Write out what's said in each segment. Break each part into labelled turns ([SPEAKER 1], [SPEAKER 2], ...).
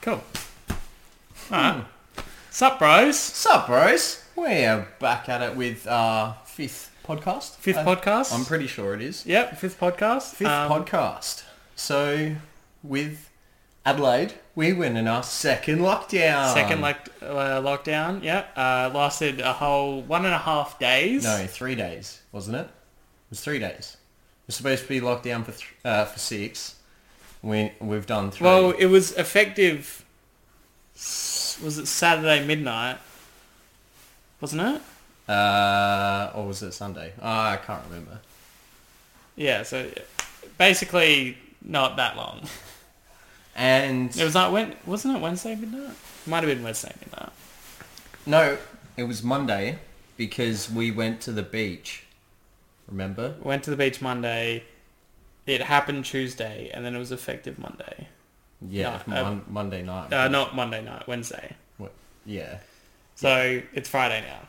[SPEAKER 1] Cool.
[SPEAKER 2] Hmm.
[SPEAKER 1] Alright. Sup, bros?
[SPEAKER 2] Sup, bros? We're back at it with our fifth podcast.
[SPEAKER 1] Fifth
[SPEAKER 2] Uh,
[SPEAKER 1] podcast?
[SPEAKER 2] I'm pretty sure it is.
[SPEAKER 1] Yep, fifth podcast.
[SPEAKER 2] Fifth
[SPEAKER 1] Um,
[SPEAKER 2] podcast. So, with Adelaide, we went in our second lockdown.
[SPEAKER 1] Second lock- uh, lockdown, yeah. Uh, lasted a whole one and a half days.
[SPEAKER 2] No, three days, wasn't it? It was three days. We're supposed to be locked down for th- uh, for six. We we've done three.
[SPEAKER 1] Well, it was effective, s- was it Saturday midnight? Wasn't it?
[SPEAKER 2] uh, or was it Sunday? Oh, I can't remember.
[SPEAKER 1] Yeah, so basically not that long.
[SPEAKER 2] And
[SPEAKER 1] It was like, when, wasn't it Wednesday midnight? Might have been Wednesday midnight.
[SPEAKER 2] no, it was Monday because we went to the beach. Remember?
[SPEAKER 1] Went to the beach Monday. It happened Tuesday, and then it was effective Monday.
[SPEAKER 2] Yeah,
[SPEAKER 1] No, uh,
[SPEAKER 2] mon- Monday night.
[SPEAKER 1] Uh, not Monday night, Wednesday.
[SPEAKER 2] What- Yeah.
[SPEAKER 1] So it's Friday now.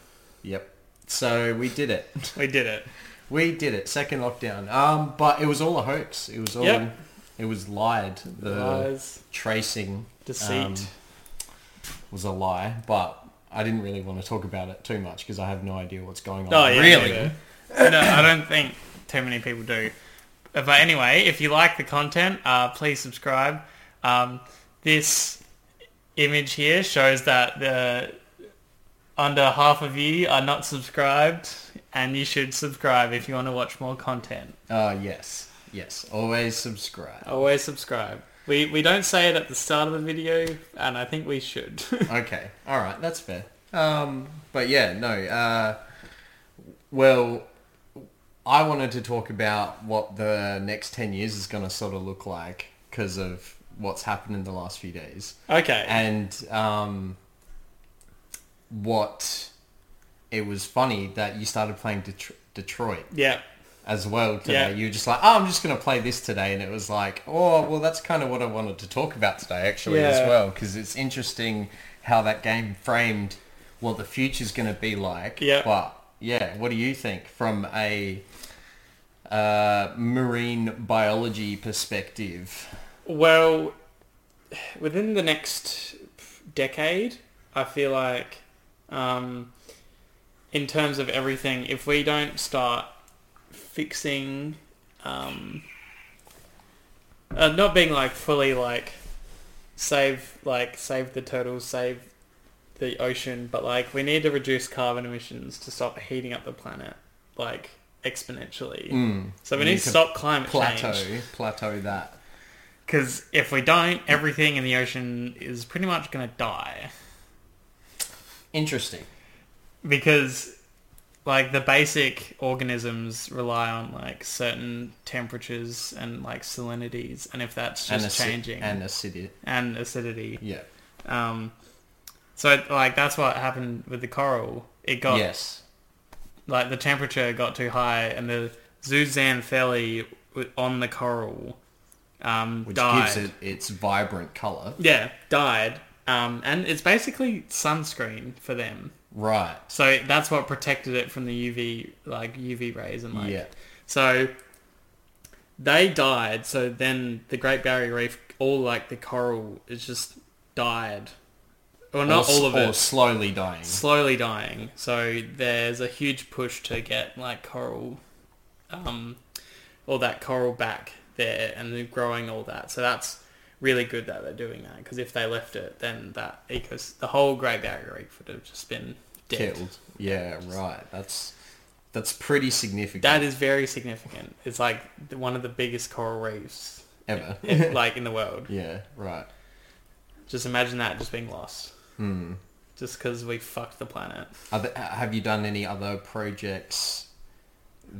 [SPEAKER 2] Yep. So we did it.
[SPEAKER 1] We did it.
[SPEAKER 2] we did it. Second lockdown. Um, but it was all a hoax. It was all.
[SPEAKER 1] Yep.
[SPEAKER 2] It was lied. The
[SPEAKER 1] Lies,
[SPEAKER 2] tracing
[SPEAKER 1] deceit.
[SPEAKER 2] um, was a lie, but I didn't really want to talk about it too much because I have no idea what's going on.
[SPEAKER 1] oh, yeah,
[SPEAKER 2] really?
[SPEAKER 1] yeah, yeah. no, I don't think too many people do. Uh, But anyway, if you like the content, uh, please subscribe. Um, this image here shows that the under half of you are not subscribed, and you should subscribe if you want to watch more content.
[SPEAKER 2] Uh, yes. Yes. Always subscribe.
[SPEAKER 1] Always subscribe. We we don't say it at the start of the video, and I think we should.
[SPEAKER 2] okay. All right. That's fair. Um, but yeah, no. Uh, well, I wanted to talk about what the next 10 years is going to sort of look like because of what's happened in the last few days
[SPEAKER 1] okay.
[SPEAKER 2] and um, what it was funny that you started playing Det- Detroit
[SPEAKER 1] yeah.
[SPEAKER 2] as well
[SPEAKER 1] Yeah.
[SPEAKER 2] today. You were just like, oh, I'm just going to play this today. And it was like, oh, well, that's kind of what I wanted to talk about today, actually,
[SPEAKER 1] Yeah.
[SPEAKER 2] as well, because it's interesting how that game framed what the future's going to be like.
[SPEAKER 1] Yeah.
[SPEAKER 2] But, yeah, what do you think from a uh, marine biology perspective?
[SPEAKER 1] Well, within the next decade, I feel like, um, in terms of everything, if we don't start fixing, um, uh, not being like fully like save like save the turtles, save the ocean, but like we need to reduce carbon emissions to stop heating up the planet like exponentially.
[SPEAKER 2] Mm.
[SPEAKER 1] So we
[SPEAKER 2] We
[SPEAKER 1] need
[SPEAKER 2] need
[SPEAKER 1] to
[SPEAKER 2] to
[SPEAKER 1] stop climate
[SPEAKER 2] Plateau,
[SPEAKER 1] change.
[SPEAKER 2] plateau that.
[SPEAKER 1] Because if we don't, everything in the ocean is pretty much going to die.
[SPEAKER 2] Interesting.
[SPEAKER 1] Because, like, the basic organisms rely on, like, certain temperatures and, like, salinities. And if that's just
[SPEAKER 2] aci-
[SPEAKER 1] changing,
[SPEAKER 2] And acidity.
[SPEAKER 1] and acidity.
[SPEAKER 2] Yeah.
[SPEAKER 1] Um, so, like, that's what happened with the coral. It got,
[SPEAKER 2] Yes.
[SPEAKER 1] like, the temperature got too high, and the zooxanthellae w- on the coral um,
[SPEAKER 2] Which
[SPEAKER 1] died.
[SPEAKER 2] gives it its vibrant color.
[SPEAKER 1] Yeah, died. Um, and it's basically sunscreen for them.
[SPEAKER 2] Right.
[SPEAKER 1] So that's what protected it from the UV, like UV rays and like.
[SPEAKER 2] Yeah.
[SPEAKER 1] So they died. So then the Great Barrier Reef, all like the coral, is just died. Well, not
[SPEAKER 2] or, s-
[SPEAKER 1] all of
[SPEAKER 2] or
[SPEAKER 1] it.
[SPEAKER 2] slowly dying.
[SPEAKER 1] Slowly dying. So there's a huge push to get like coral, um, all that coral back there, and they're growing all that. So that's really good that they're doing that because if they left it, then that ecos, the whole Great Barrier Reef would have just been dead.
[SPEAKER 2] Killed. Yeah, right. That's that's pretty significant
[SPEAKER 1] That is very significant. It's like the- one of the biggest coral reefs,
[SPEAKER 2] ever.
[SPEAKER 1] in- like in the world.
[SPEAKER 2] yeah, right.
[SPEAKER 1] Just imagine that just being lost,
[SPEAKER 2] Hmm.
[SPEAKER 1] just because we fucked the planet.
[SPEAKER 2] Are th- have you done any other projects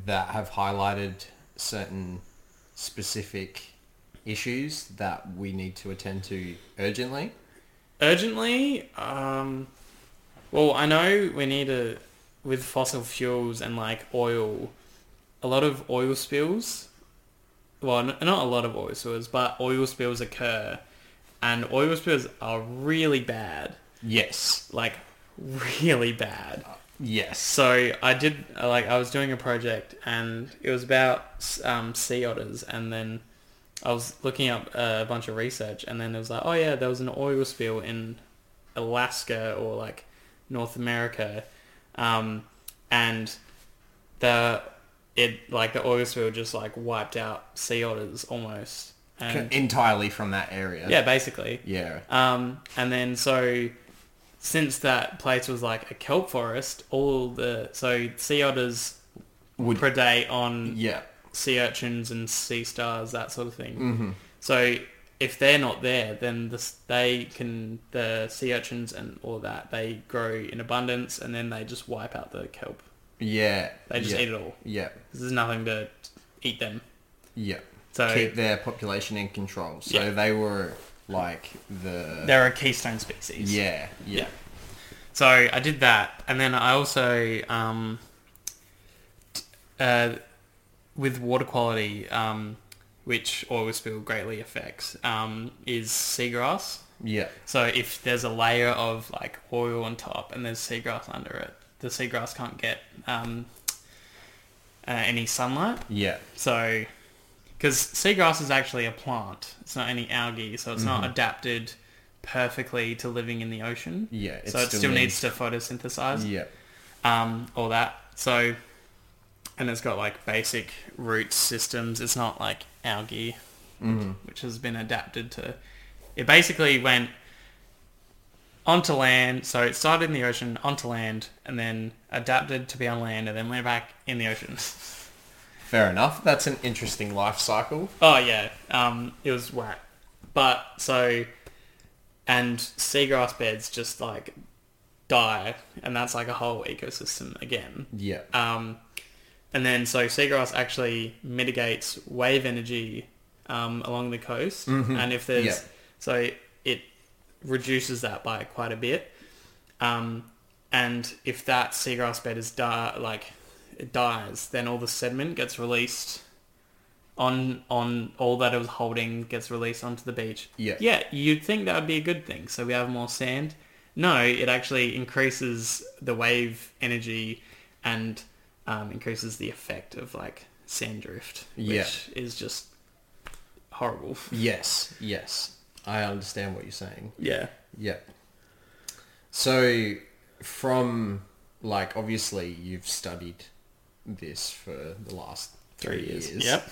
[SPEAKER 2] that have highlighted certain specific issues that we need to attend to urgently?
[SPEAKER 1] Urgently, um, well, I know we need to, with fossil fuels and like oil, a lot of oil spills. Well, n- not a lot of oil spills, but oil spills occur, and oil spills are really bad,
[SPEAKER 2] Yes.
[SPEAKER 1] like really bad.
[SPEAKER 2] Yes.
[SPEAKER 1] So I did like I was doing a project and it was about um, sea otters and then I was looking up uh, a bunch of research, and then it was like, oh yeah, there was an oil spill in Alaska or like North America, um, and the it like the oil spill just like wiped out sea otters almost, and
[SPEAKER 2] entirely from that area.
[SPEAKER 1] yeah, basically.
[SPEAKER 2] Yeah.
[SPEAKER 1] Um, and then so since that place was like a kelp forest, all the so sea otters
[SPEAKER 2] Would
[SPEAKER 1] predate on
[SPEAKER 2] yeah.
[SPEAKER 1] sea urchins and sea stars, that sort of thing.
[SPEAKER 2] Mm-hmm.
[SPEAKER 1] So if they're not there, then the, s- they can the sea urchins and all that they grow in abundance, and then they just wipe out the kelp.
[SPEAKER 2] Yeah.
[SPEAKER 1] They just
[SPEAKER 2] yeah.
[SPEAKER 1] eat it all.
[SPEAKER 2] Yeah.
[SPEAKER 1] There's nothing to eat them.
[SPEAKER 2] Yeah.
[SPEAKER 1] So
[SPEAKER 2] Keep their population in control. So
[SPEAKER 1] Yeah.
[SPEAKER 2] they were like the
[SPEAKER 1] they're a keystone species.
[SPEAKER 2] yeah, yeah.
[SPEAKER 1] Yeah. So I did that, and then I also, um, t- uh, with water quality, um, which oil spill greatly affects, um, is seagrass.
[SPEAKER 2] Yeah.
[SPEAKER 1] So if there's a layer of like oil on top and there's seagrass under it, the seagrass can't get um, uh, any sunlight.
[SPEAKER 2] Yeah.
[SPEAKER 1] So, because seagrass is actually a plant, it's not any algae, so it's not adapted perfectly to living in the ocean.
[SPEAKER 2] Yeah, it
[SPEAKER 1] so it
[SPEAKER 2] still
[SPEAKER 1] still, needs, to photosynthesize.
[SPEAKER 2] Yeah.
[SPEAKER 1] Um, all that. So, and it's got like basic root systems. It's not like algae, which has been adapted to. It basically went onto land. So it started in the ocean, onto land, and then adapted to be on land, and then went back in the ocean.
[SPEAKER 2] Fair enough. That's an interesting life cycle.
[SPEAKER 1] Oh yeah, um, it was whack. But so, and seagrass beds just like die, and that's like a whole ecosystem again.
[SPEAKER 2] Yeah.
[SPEAKER 1] Um, and then so seagrass actually mitigates wave energy um, along the coast, and if there's
[SPEAKER 2] Yeah.
[SPEAKER 1] so it reduces that by quite a bit. Um, and if that seagrass bed is di- like it dies, then all the sediment gets released on on all that it was holding gets released onto the beach.
[SPEAKER 2] Yeah.
[SPEAKER 1] Yeah, you'd think that would be a good thing. So we have more sand. No, it actually increases the wave energy and um, increases the effect of like sand drift, which
[SPEAKER 2] Yeah.
[SPEAKER 1] is just horrible.
[SPEAKER 2] Yes. Yes. I understand what you're saying.
[SPEAKER 1] Yeah.
[SPEAKER 2] Yeah. So from like obviously you've studied this for the last
[SPEAKER 1] Three years.
[SPEAKER 2] years.
[SPEAKER 1] Yep.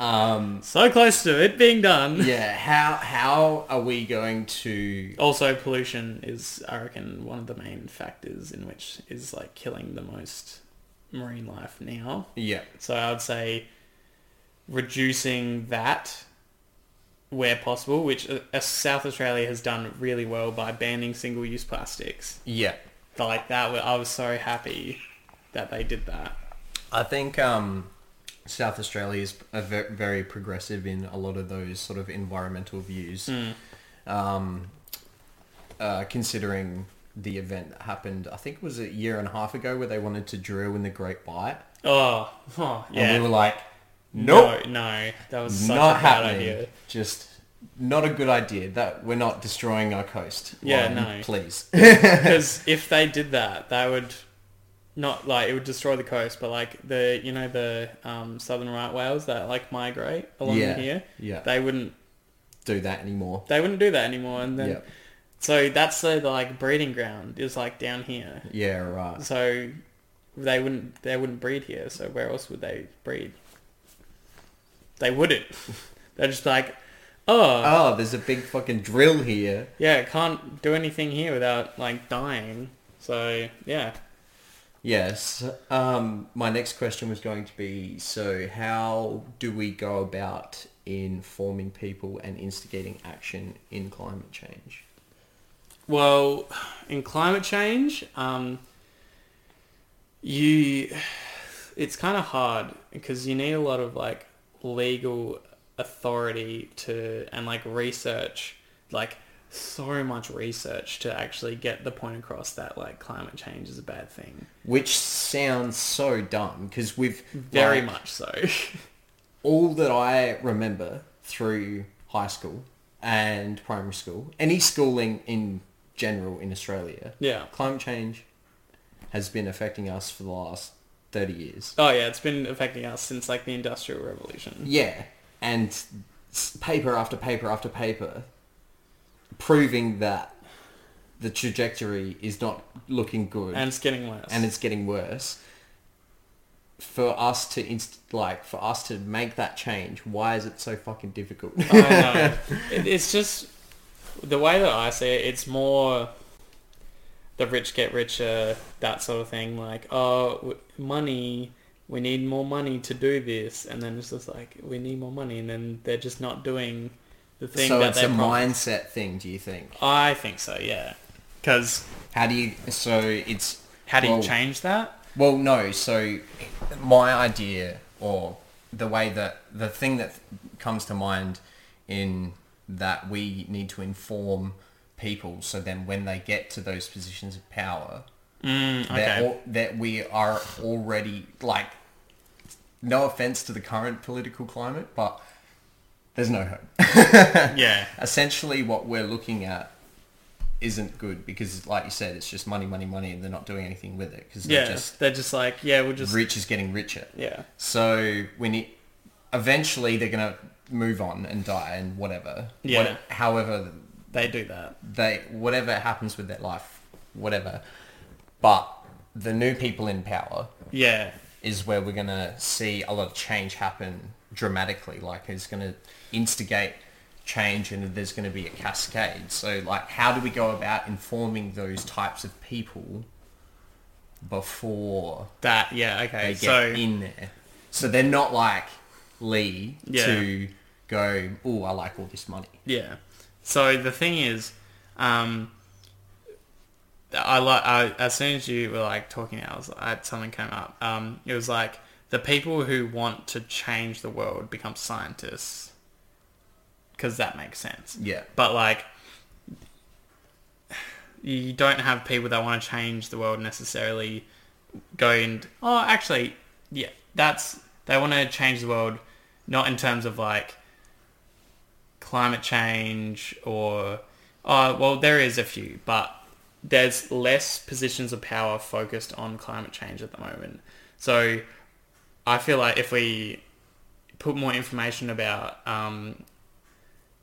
[SPEAKER 2] Um
[SPEAKER 1] So close to it being done.
[SPEAKER 2] yeah, how how are we going to
[SPEAKER 1] Also, pollution is, I reckon, one of the main factors in which is like killing the most marine life now.
[SPEAKER 2] Yeah.
[SPEAKER 1] So I would say reducing that where possible, which uh, uh, South Australia has done really well by banning single-use plastics.
[SPEAKER 2] Yeah.
[SPEAKER 1] But like that, wa- I was so happy that they did that.
[SPEAKER 2] I think um South Australia is a ve- very progressive in a lot of those sort of environmental views.
[SPEAKER 1] Hmm.
[SPEAKER 2] Um, uh, considering the event that happened, I think it was a year and a half ago where they wanted to drill in the Great Bight.
[SPEAKER 1] Oh, oh yeah.
[SPEAKER 2] And we were like, nope,
[SPEAKER 1] no, no, that was such
[SPEAKER 2] not
[SPEAKER 1] a bad
[SPEAKER 2] happening.
[SPEAKER 1] idea.
[SPEAKER 2] Just not a good idea. That we're not destroying our coast.
[SPEAKER 1] Yeah,
[SPEAKER 2] Line,
[SPEAKER 1] no.
[SPEAKER 2] Please.
[SPEAKER 1] Because if they did that, they would not like it would destroy the coast, but like the you know the um, southern right whales that like migrate along
[SPEAKER 2] Yeah,
[SPEAKER 1] here,
[SPEAKER 2] yeah.
[SPEAKER 1] they wouldn't
[SPEAKER 2] Do that anymore.
[SPEAKER 1] they wouldn't do that anymore. And then
[SPEAKER 2] Yeah.
[SPEAKER 1] so that's the, the like breeding ground is like down here,
[SPEAKER 2] Yeah. Right.
[SPEAKER 1] so they wouldn't they wouldn't breed here. So where else would they breed? They wouldn't. They're just like, oh
[SPEAKER 2] Oh, there's a big fucking drill here.
[SPEAKER 1] yeah, it can't do anything here without like dying. So yeah.
[SPEAKER 2] Yes. Um, my next question was going to be, so how do we go about informing people and instigating action in climate change?
[SPEAKER 1] Well, in climate change, um, you it's kind of hard because you need a lot of like legal authority to and like research, like so much research to actually get the point across that like climate change is a bad thing.
[SPEAKER 2] Which sounds so dumb because we've
[SPEAKER 1] Very
[SPEAKER 2] like,
[SPEAKER 1] much so.
[SPEAKER 2] all that I remember through high school and primary school, any schooling in general in Australia,
[SPEAKER 1] yeah.
[SPEAKER 2] climate change has been affecting us for the last thirty years.
[SPEAKER 1] Oh yeah, it's been affecting us since like the industrial revolution.
[SPEAKER 2] Yeah, and s- paper after paper after paper proving that the trajectory is not looking good
[SPEAKER 1] and it's getting worse.
[SPEAKER 2] and it's getting worse for us to inst- like for us to make that change why is it so fucking difficult
[SPEAKER 1] I know. It, it's just the way that I see it. It's more the rich get richer, that sort of thing. Like, oh, w- money. We need more money to do this, and then it's just like we need more money, and then they're just not doing the thing
[SPEAKER 2] so
[SPEAKER 1] that
[SPEAKER 2] it's
[SPEAKER 1] they
[SPEAKER 2] a
[SPEAKER 1] promised.
[SPEAKER 2] mindset thing do you think
[SPEAKER 1] I think so, yeah. Because
[SPEAKER 2] how do you so it's
[SPEAKER 1] how do you
[SPEAKER 2] Well-
[SPEAKER 1] change that?
[SPEAKER 2] Well, no. So my idea, or the way that the thing that comes to mind, in that we need to inform people, so then when they get to those positions of power,
[SPEAKER 1] Mm,
[SPEAKER 2] that
[SPEAKER 1] okay.
[SPEAKER 2] al- that we are already like. No offense to the current political climate, but there's no hope
[SPEAKER 1] yeah.
[SPEAKER 2] essentially what we're looking at isn't good because like you said it's just money money money and they're not doing anything with it because
[SPEAKER 1] Yeah.
[SPEAKER 2] they're just
[SPEAKER 1] they're just like, yeah, we'll just...
[SPEAKER 2] rich is getting richer
[SPEAKER 1] yeah.
[SPEAKER 2] so when it eventually they're gonna move on and die and whatever
[SPEAKER 1] Yeah.
[SPEAKER 2] however
[SPEAKER 1] They do that.
[SPEAKER 2] they whatever happens with their life whatever but the new people in power
[SPEAKER 1] Yeah.
[SPEAKER 2] is where we're going to see a lot of change happen dramatically. Like it's going to instigate change and there's going to be a cascade. So like how do we go about informing those types of people before
[SPEAKER 1] That, yeah, okay.
[SPEAKER 2] they get
[SPEAKER 1] So,
[SPEAKER 2] in there? So they're not like Lee
[SPEAKER 1] Yeah.
[SPEAKER 2] to go, oh, I like all this money.
[SPEAKER 1] yeah. So the thing is, um, I like, I, as soon as you were like talking, I was, I, something came up. Um, it was like, the people who want to change the world become scientists. Because that makes sense.
[SPEAKER 2] Yeah.
[SPEAKER 1] but like you don't have people that want to change the world necessarily go and oh actually yeah that's they want to change the world not in terms of like climate change or oh well there is a few but there's less positions of power focused on climate change at the moment so i feel like if we put more information about um,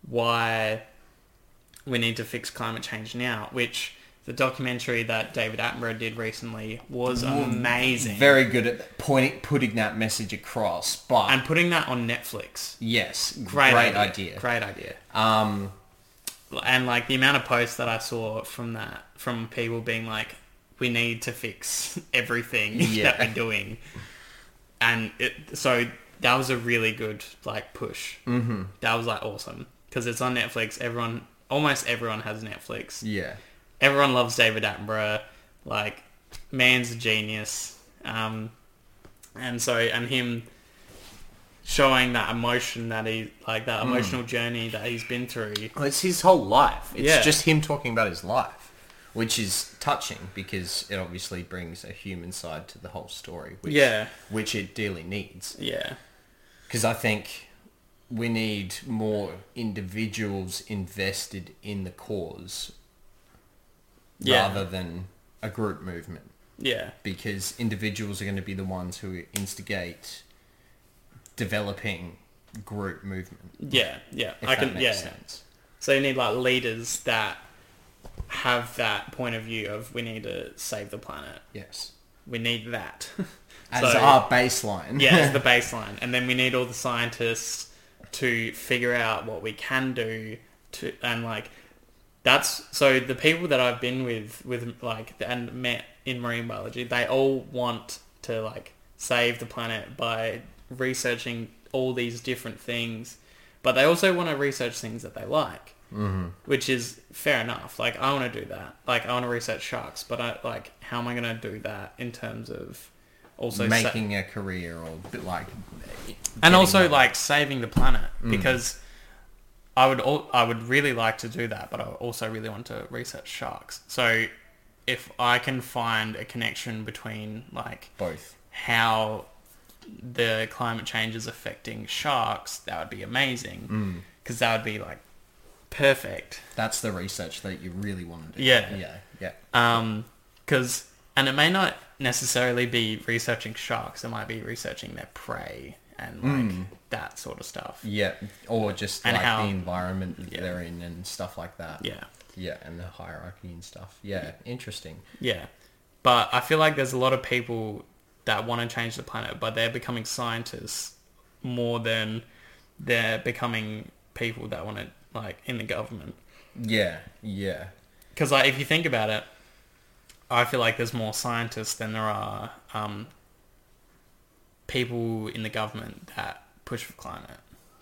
[SPEAKER 1] why we need to fix climate change now, which the documentary that David Attenborough did recently was amazing.
[SPEAKER 2] Mm, Very good at pointing, putting that message across, but
[SPEAKER 1] and putting that on Netflix.
[SPEAKER 2] yes,
[SPEAKER 1] Great,
[SPEAKER 2] great, idea.
[SPEAKER 1] Great idea.
[SPEAKER 2] Um,
[SPEAKER 1] And like the amount of posts that I saw from that, from people being like, we need to fix everything that
[SPEAKER 2] Yeah.
[SPEAKER 1] we're doing. And it, so that was a really good like push. Mm-hmm. That was like awesome. Because it's on Netflix. Everyone, almost everyone has Netflix.
[SPEAKER 2] yeah.
[SPEAKER 1] everyone loves David Attenborough. Like, man's a genius. Um, and so, and him showing that emotion that he, like,
[SPEAKER 2] Mm.
[SPEAKER 1] that emotional journey that he's been through.
[SPEAKER 2] Well, It's his whole life. It's
[SPEAKER 1] Yeah.
[SPEAKER 2] just him talking about his life, which is touching because it obviously brings a human side to the whole story, which,
[SPEAKER 1] Yeah.
[SPEAKER 2] which it dearly needs.
[SPEAKER 1] Yeah.
[SPEAKER 2] Because I think we need more individuals invested in the cause
[SPEAKER 1] Yeah.
[SPEAKER 2] rather than a group movement
[SPEAKER 1] Yeah.
[SPEAKER 2] because individuals are going to be the ones who instigate developing group movement.
[SPEAKER 1] Yeah. Yeah.
[SPEAKER 2] If
[SPEAKER 1] I
[SPEAKER 2] that
[SPEAKER 1] can,
[SPEAKER 2] makes
[SPEAKER 1] yeah.
[SPEAKER 2] sense.
[SPEAKER 1] So you need, like, leaders that have that point of view of we need to save the planet.
[SPEAKER 2] Yes.
[SPEAKER 1] We need that.
[SPEAKER 2] As
[SPEAKER 1] So-
[SPEAKER 2] our baseline.
[SPEAKER 1] yeah, as the baseline, and then we need all the scientists to figure out what we can do to, and like that's so the people that I've been with with like and met in marine biology, they all want to like save the planet by researching all these different things, but they also want to research things that they like. Mm-hmm. Which is fair enough. Like I want to do that. Like I want to research sharks, but I like how am I going to do that in terms of also sa-
[SPEAKER 2] making a career or bit like
[SPEAKER 1] and
[SPEAKER 2] getting
[SPEAKER 1] also
[SPEAKER 2] that- Mm.
[SPEAKER 1] like saving the planet because I would al- I would really like to do that, but I also really want to research sharks. So if I can find a connection between like
[SPEAKER 2] both
[SPEAKER 1] how the climate change is affecting sharks, that would be
[SPEAKER 2] Mm.
[SPEAKER 1] amazing because that would be like perfect.
[SPEAKER 2] that's the research that you really want to do
[SPEAKER 1] Yeah.
[SPEAKER 2] yeah yeah
[SPEAKER 1] Um 'cause because and it may not necessarily be researching sharks; it might be researching their prey and like that sort of stuff.
[SPEAKER 2] Mm. Yeah, or just
[SPEAKER 1] And
[SPEAKER 2] like
[SPEAKER 1] how-
[SPEAKER 2] the environment that
[SPEAKER 1] Yeah.
[SPEAKER 2] they're in and stuff like that.
[SPEAKER 1] Yeah.
[SPEAKER 2] yeah, and the hierarchy and stuff. Yeah, interesting.
[SPEAKER 1] Yeah. But I feel like there's a lot of people that want to change the planet, but they're becoming scientists more than they're becoming people that want to, like, in the government.
[SPEAKER 2] Yeah, yeah,
[SPEAKER 1] Because, like, if you think about it, I feel like there's more scientists than there are um, people in the government that push for climate.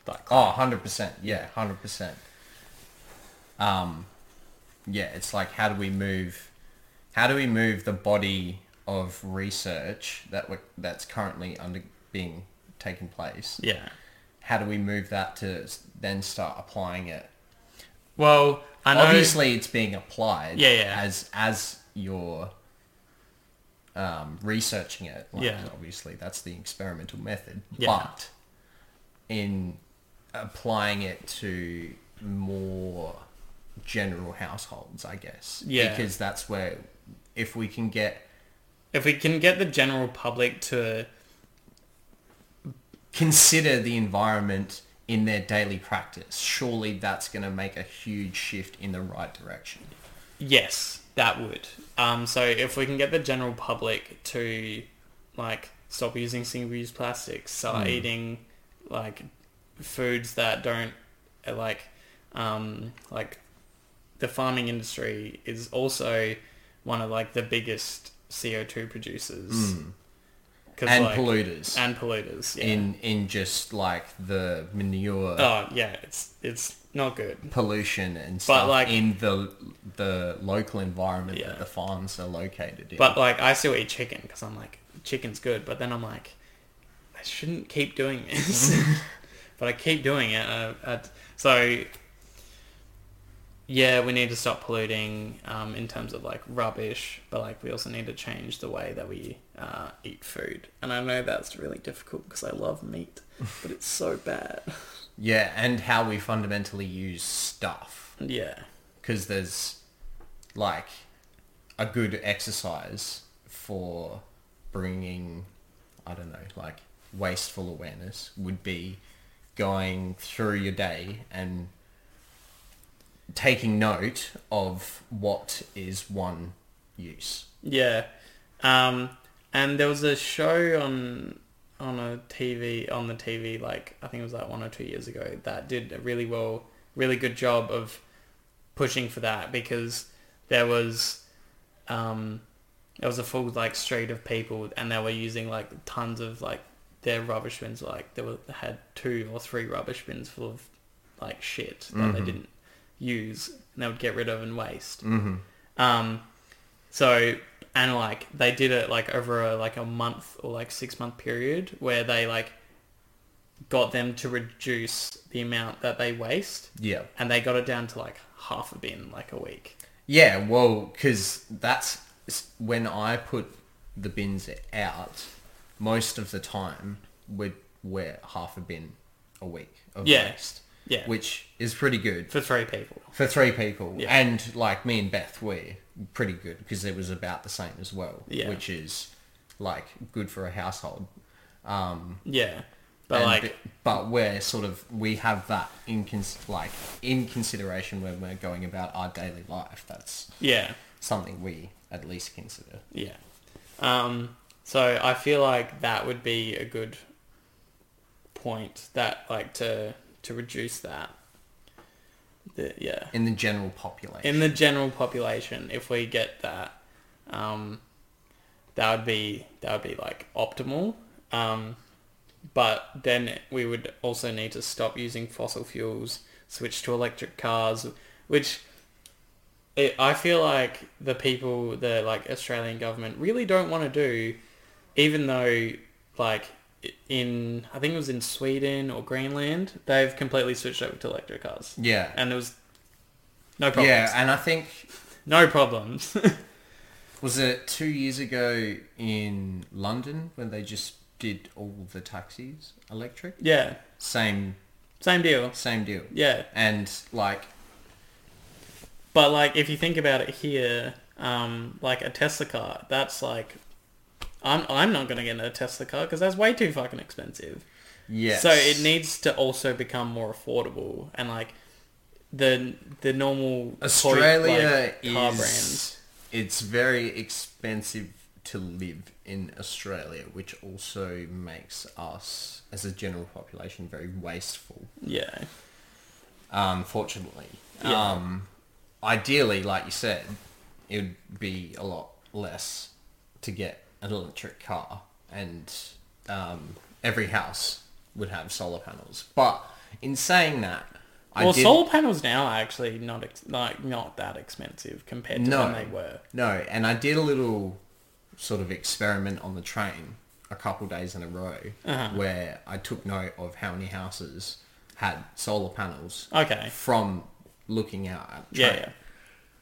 [SPEAKER 1] Like,
[SPEAKER 2] Oh, 100%. Yeah, 100%. Um, yeah, it's like how do we move how do we move the body of research that we that's currently under being taking place?
[SPEAKER 1] yeah.
[SPEAKER 2] How do we move that to s- then start applying it?
[SPEAKER 1] Well, I know.
[SPEAKER 2] Obviously, it's being applied
[SPEAKER 1] Yeah, yeah.
[SPEAKER 2] as as you're um, researching it. Like,
[SPEAKER 1] Yeah.
[SPEAKER 2] Obviously, that's the experimental method.
[SPEAKER 1] Yeah.
[SPEAKER 2] But in applying it to more general households, I guess.
[SPEAKER 1] Yeah.
[SPEAKER 2] Because that's where, if we can get
[SPEAKER 1] If we can get the general public to
[SPEAKER 2] consider the environment in their daily practice, surely that's going to make a huge shift in the right direction.
[SPEAKER 1] Yes, that would. Um, so if we can get the general public to like stop using single-use plastics, start
[SPEAKER 2] Hmm.
[SPEAKER 1] eating like foods that don't uh, like um, like the farming industry is also one of like the biggest CO two producers Mm. Cause,
[SPEAKER 2] Hmm. And
[SPEAKER 1] like-
[SPEAKER 2] polluters.
[SPEAKER 1] and polluters. Yeah.
[SPEAKER 2] in in just like the manure
[SPEAKER 1] oh yeah, it's it's not good.
[SPEAKER 2] pollution and stuff
[SPEAKER 1] like-
[SPEAKER 2] in the the local environment
[SPEAKER 1] Yeah.
[SPEAKER 2] that the farms are located in.
[SPEAKER 1] But like I still eat chicken because I'm like chicken's good, but then I'm like I shouldn't keep doing this, but I keep doing it. I, I, so yeah, we need to stop polluting um, in terms of like rubbish, but like we also need to change the way that we uh, eat food. And I know that's really difficult because I love meat, but it's so bad.
[SPEAKER 2] yeah, and how we fundamentally use stuff
[SPEAKER 1] Yeah,
[SPEAKER 2] because there's like a good exercise for bringing I don't know like wasteful awareness would be going through your day and taking note of what is one use.
[SPEAKER 1] yeah. Um, and there was a show on on a TV on the TV like I think it was like one or two years ago that did a really well really good job of pushing for that because there was um there was a full like street of people and they were using like tons of like their rubbish bins like they were had two or three rubbish bins full of like shit that they didn't use and they would get rid of and waste mm-hmm. um so and like they did it like over a like a month or like six month period where they like got them to reduce the amount that they waste
[SPEAKER 2] Yeah.
[SPEAKER 1] and they got it down to like half a bin like a week.
[SPEAKER 2] Yeah, well, because that's s- when I put the bins out. Most of the time, we're, we're half a bin a week of
[SPEAKER 1] Yeah.
[SPEAKER 2] waste,
[SPEAKER 1] Yeah,
[SPEAKER 2] which is pretty good
[SPEAKER 1] for three people.
[SPEAKER 2] for three people.
[SPEAKER 1] Yeah.
[SPEAKER 2] And like me and Beth, we're pretty good because it was about the same as well,
[SPEAKER 1] Yeah.
[SPEAKER 2] which is like good for a household.
[SPEAKER 1] Yeah, but
[SPEAKER 2] And
[SPEAKER 1] like
[SPEAKER 2] b- but we're sort of we have that in cons- like in consideration when we're going about our daily life. That's
[SPEAKER 1] yeah,
[SPEAKER 2] something we at least consider.
[SPEAKER 1] yeah. Um, so I feel like that would be a good point that like to to reduce that. The, yeah,
[SPEAKER 2] in the general population.
[SPEAKER 1] in the general population, if we get that, um, that would be that would be like optimal. Um, but then we would also need to stop using fossil fuels, switch to electric cars, which it, I feel like the people, the like Australian government, really don't want to do, even though like i- in I think it was in Sweden or Greenland, they've completely switched over to electric cars,
[SPEAKER 2] yeah.
[SPEAKER 1] and there was no problems.
[SPEAKER 2] yeah, and I think
[SPEAKER 1] No problems.
[SPEAKER 2] was it 2 years ago in London when they just did all the taxis electric?
[SPEAKER 1] yeah.
[SPEAKER 2] Same
[SPEAKER 1] Same deal.
[SPEAKER 2] same deal.
[SPEAKER 1] Yeah.
[SPEAKER 2] And like
[SPEAKER 1] But like if you think about it here, um, like a Tesla car, that's like I'm I'm not gonna get a Tesla car because that's way too fucking expensive.
[SPEAKER 2] Yes.
[SPEAKER 1] So it needs to also become more affordable and like the the normal toy,
[SPEAKER 2] Australia
[SPEAKER 1] like, car
[SPEAKER 2] is
[SPEAKER 1] brands.
[SPEAKER 2] it's very expensive to live in Australia, which also makes us as a general population very wasteful.
[SPEAKER 1] Yeah.
[SPEAKER 2] Unfortunately,
[SPEAKER 1] Yeah.
[SPEAKER 2] um, ideally, like you said, it would be a lot less to get an electric car, and um, every house would have solar panels. But in saying that, I
[SPEAKER 1] well,
[SPEAKER 2] did-
[SPEAKER 1] solar panels now are actually not ex- like not that expensive compared to
[SPEAKER 2] No.
[SPEAKER 1] when they were.
[SPEAKER 2] No, and I did a little sort of experiment on the train a couple days in a row
[SPEAKER 1] Uh-huh.
[SPEAKER 2] where I took note of how many houses had solar panels
[SPEAKER 1] Okay.
[SPEAKER 2] from looking out at the train.
[SPEAKER 1] Oh. Yeah.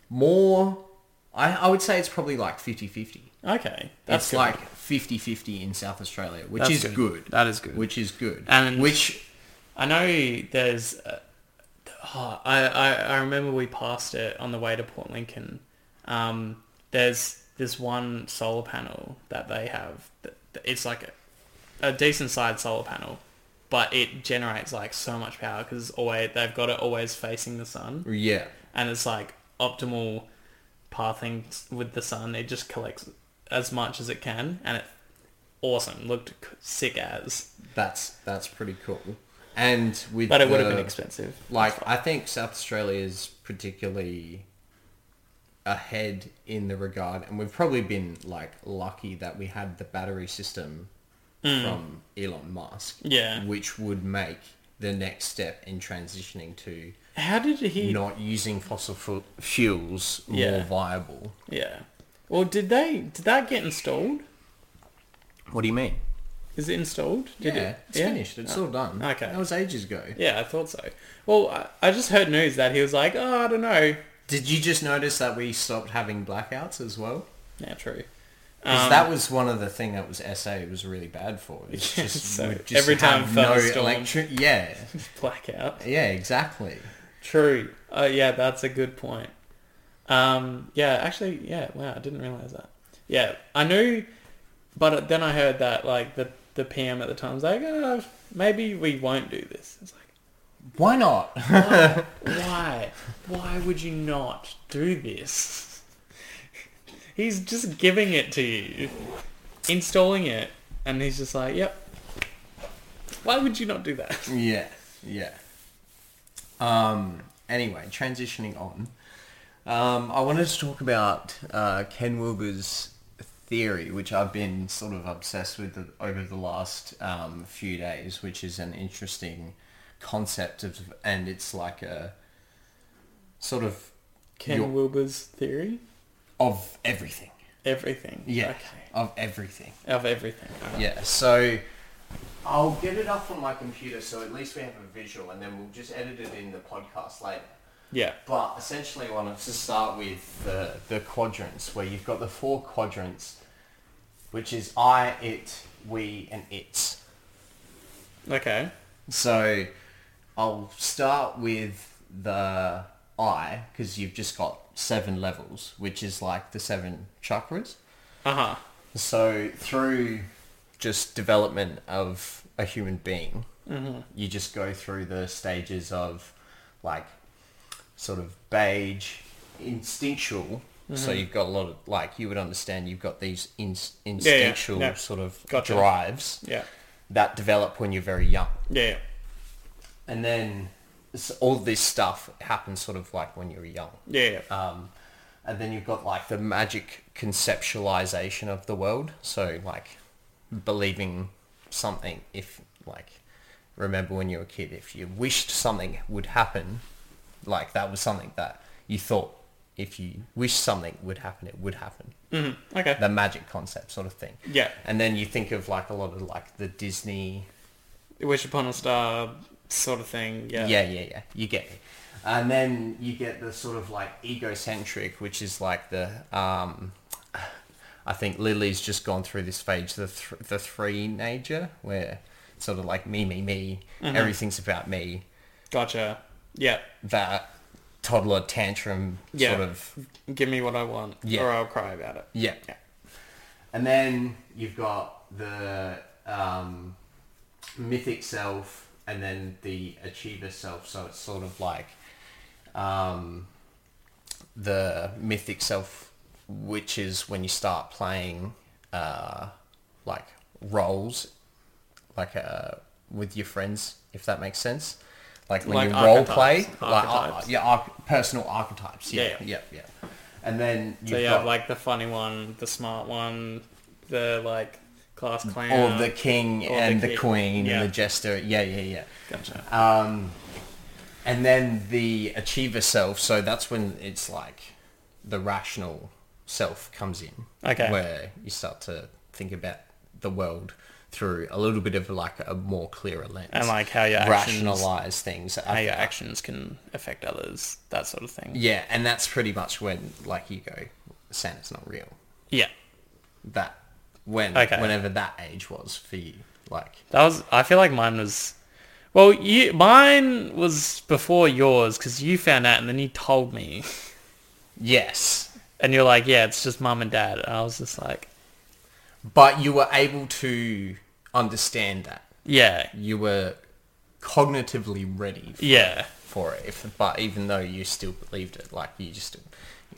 [SPEAKER 2] More, I, I would say it's probably like 50-50.
[SPEAKER 1] yeah. Okay. That's
[SPEAKER 2] it's
[SPEAKER 1] good.
[SPEAKER 2] like 50-50 in South Australia, which
[SPEAKER 1] That's
[SPEAKER 2] is
[SPEAKER 1] good.
[SPEAKER 2] good.
[SPEAKER 1] That is good.
[SPEAKER 2] Which is good.
[SPEAKER 1] And-
[SPEAKER 2] which,
[SPEAKER 1] I know there's. Uh, oh, I, I I remember we passed it on the way to Port Lincoln. Um, there's this one solar panel that they have. that- that- It's like a, a decent sized solar panel, but it generates like so much power because always they've got it always facing the sun,
[SPEAKER 2] yeah,
[SPEAKER 1] and it's like optimal pathing s- with the sun. It just collects as much as it can, and it awesome looked c- sick as,
[SPEAKER 2] that's, that's pretty cool. And with
[SPEAKER 1] but it would have
[SPEAKER 2] the-
[SPEAKER 1] been expensive.
[SPEAKER 2] Like I think South Australia is particularly ahead in the regard, and we've probably been like lucky that we had the battery system from Elon Musk,
[SPEAKER 1] Hmm. Yeah.
[SPEAKER 2] which would make the next step in transitioning to
[SPEAKER 1] How did he?
[SPEAKER 2] not using fossil fu- fuels
[SPEAKER 1] Yeah.
[SPEAKER 2] more viable.
[SPEAKER 1] Yeah. Well, did they? Did that get installed?
[SPEAKER 2] What do you mean?
[SPEAKER 1] Is it installed? Did
[SPEAKER 2] yeah,
[SPEAKER 1] it?
[SPEAKER 2] it's finished. It's all done.
[SPEAKER 1] okay.
[SPEAKER 2] that was ages ago.
[SPEAKER 1] Yeah, I thought so. Well, I, I just heard news that he was like, oh, I don't know.
[SPEAKER 2] Did you just notice that we stopped having blackouts as well?
[SPEAKER 1] Yeah, true. Um,
[SPEAKER 2] 'Cause that was one of the thing that was SA was really bad for. It's
[SPEAKER 1] Yeah,
[SPEAKER 2] just,
[SPEAKER 1] so
[SPEAKER 2] would just
[SPEAKER 1] every time
[SPEAKER 2] have
[SPEAKER 1] fell a
[SPEAKER 2] no
[SPEAKER 1] storm.
[SPEAKER 2] electric. Yeah,
[SPEAKER 1] Blackout.
[SPEAKER 2] yeah, exactly.
[SPEAKER 1] True. Oh, yeah, that's a good point. Um, yeah, actually, yeah. Wow, I didn't realize that. Yeah, I knew, but then I heard that like the the PM at the time was like, oh, maybe we won't do this. It's like.
[SPEAKER 2] Why not?
[SPEAKER 1] Why? Why? Why would you not do this? He's just giving it to you, installing it, and he's just like, "Yep." Why would you not do that?
[SPEAKER 2] yeah, yeah. Um. Anyway, transitioning on. Um, I wanted to talk about uh, Ken Wilber's theory, which I've been sort of obsessed with the, over the last um, few days, which is an interesting concept of, and it's like a sort of
[SPEAKER 1] Ken
[SPEAKER 2] Your-
[SPEAKER 1] Wilber's theory,
[SPEAKER 2] of everything.
[SPEAKER 1] everything.
[SPEAKER 2] Yeah,
[SPEAKER 1] Okay.
[SPEAKER 2] of everything.
[SPEAKER 1] Of everything.
[SPEAKER 2] Yeah, so I'll get it up on my computer so at least we have a visual and then we'll just edit it in the podcast later.
[SPEAKER 1] Yeah.
[SPEAKER 2] But essentially I wanted to start with the, the quadrants where you've got the four quadrants which is I, it, we and it's.
[SPEAKER 1] Okay.
[SPEAKER 2] So I'll start with the I because you've just got seven levels which is like the seven chakras.
[SPEAKER 1] Uh huh.
[SPEAKER 2] So through just development of a human being,
[SPEAKER 1] Mm-hmm.
[SPEAKER 2] you just go through the stages of like sort of beige, instinctual. So you've got a lot of like you would understand you've got these in,
[SPEAKER 1] Mm-hmm. yeah.
[SPEAKER 2] instinctual
[SPEAKER 1] No.
[SPEAKER 2] sort of
[SPEAKER 1] Gotcha.
[SPEAKER 2] drives
[SPEAKER 1] Yeah.
[SPEAKER 2] that develop when you're very young
[SPEAKER 1] Yeah.
[SPEAKER 2] and then s- all this stuff happens sort of like when you're young.
[SPEAKER 1] Yeah. Yeah.
[SPEAKER 2] Um, and then you've got like the magic conceptualization of the world. So like believing something if like remember when you were a kid, if you wished something would happen, like that was something that you thought if you wished something would happen, it would happen.
[SPEAKER 1] Mhm. Okay.
[SPEAKER 2] The magic concept sort of thing.
[SPEAKER 1] Yeah.
[SPEAKER 2] And then you think of like a lot of like the Disney
[SPEAKER 1] Wish upon a star sort of thing. Yeah.
[SPEAKER 2] yeah, yeah, yeah. You get me. And then you get the sort of like egocentric, which is like the. Um, I think Lily's just gone through this phase, the th- the three nature, where it's sort of like me, me, me. Everything's about me.
[SPEAKER 1] Gotcha. Yeah.
[SPEAKER 2] That toddler tantrum
[SPEAKER 1] Yeah.
[SPEAKER 2] sort of
[SPEAKER 1] Give me what I want,
[SPEAKER 2] Yeah.
[SPEAKER 1] or I'll cry about it.
[SPEAKER 2] Yeah.
[SPEAKER 1] Yeah.
[SPEAKER 2] And then you've got the um, mythic self and then the achiever self. So it's sort of like um, the mythic self, which is when you start playing uh, like roles, like uh, with your friends, if that makes sense. Like when
[SPEAKER 1] Like
[SPEAKER 2] you role play,
[SPEAKER 1] archetypes,
[SPEAKER 2] like uh,
[SPEAKER 1] archetypes.
[SPEAKER 2] yeah, arch- personal archetypes. Yeah,
[SPEAKER 1] Yeah,
[SPEAKER 2] yeah, yeah. And then you've
[SPEAKER 1] So you
[SPEAKER 2] got
[SPEAKER 1] have like the funny one, the smart one, the like class clown.
[SPEAKER 2] or the king
[SPEAKER 1] Or the
[SPEAKER 2] and the,
[SPEAKER 1] king.
[SPEAKER 2] queen
[SPEAKER 1] Yeah.
[SPEAKER 2] and the jester. Yeah, yeah, yeah.
[SPEAKER 1] Gotcha.
[SPEAKER 2] Um, and then the achiever self. So that's when it's like the rational self comes in.
[SPEAKER 1] Okay.
[SPEAKER 2] Where you start to think about the world through a little bit of like a more clearer lens.
[SPEAKER 1] and like how your actions,
[SPEAKER 2] rationalize things.
[SPEAKER 1] how your actions can affect others, that sort of thing.
[SPEAKER 2] Yeah, and that's pretty much when like you go, Santa's not real.
[SPEAKER 1] Yeah.
[SPEAKER 2] That when
[SPEAKER 1] Okay.
[SPEAKER 2] whenever that age was for you, like
[SPEAKER 1] That was. I feel like mine was. Well, you mine was before yours because you found out and then you told me,
[SPEAKER 2] yes,
[SPEAKER 1] and you're like, "Yeah, it's just mum and dad." And I was just like,
[SPEAKER 2] but you were able to understand that
[SPEAKER 1] "Yeah,
[SPEAKER 2] you were cognitively ready f-
[SPEAKER 1] yeah,
[SPEAKER 2] for it if but even though you still believed it like you just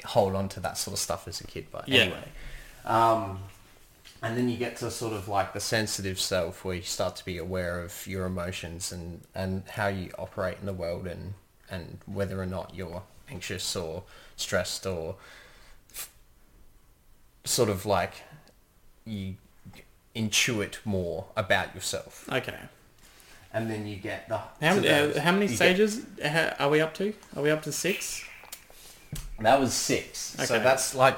[SPEAKER 2] hold on to that sort of stuff as a kid but
[SPEAKER 1] Yeah.
[SPEAKER 2] anyway um and then you get to sort of like the sensitive self where you start to be aware of your emotions and and how you operate in the world and and whether or not you're anxious or stressed or sort of like you intuit more about yourself
[SPEAKER 1] okay."
[SPEAKER 2] and then you get the
[SPEAKER 1] How,
[SPEAKER 2] to
[SPEAKER 1] uh,
[SPEAKER 2] the-
[SPEAKER 1] how many
[SPEAKER 2] you get-
[SPEAKER 1] stages uh, ha- are we up to? Are we up to six?
[SPEAKER 2] That was six. So
[SPEAKER 1] Okay.
[SPEAKER 2] that's like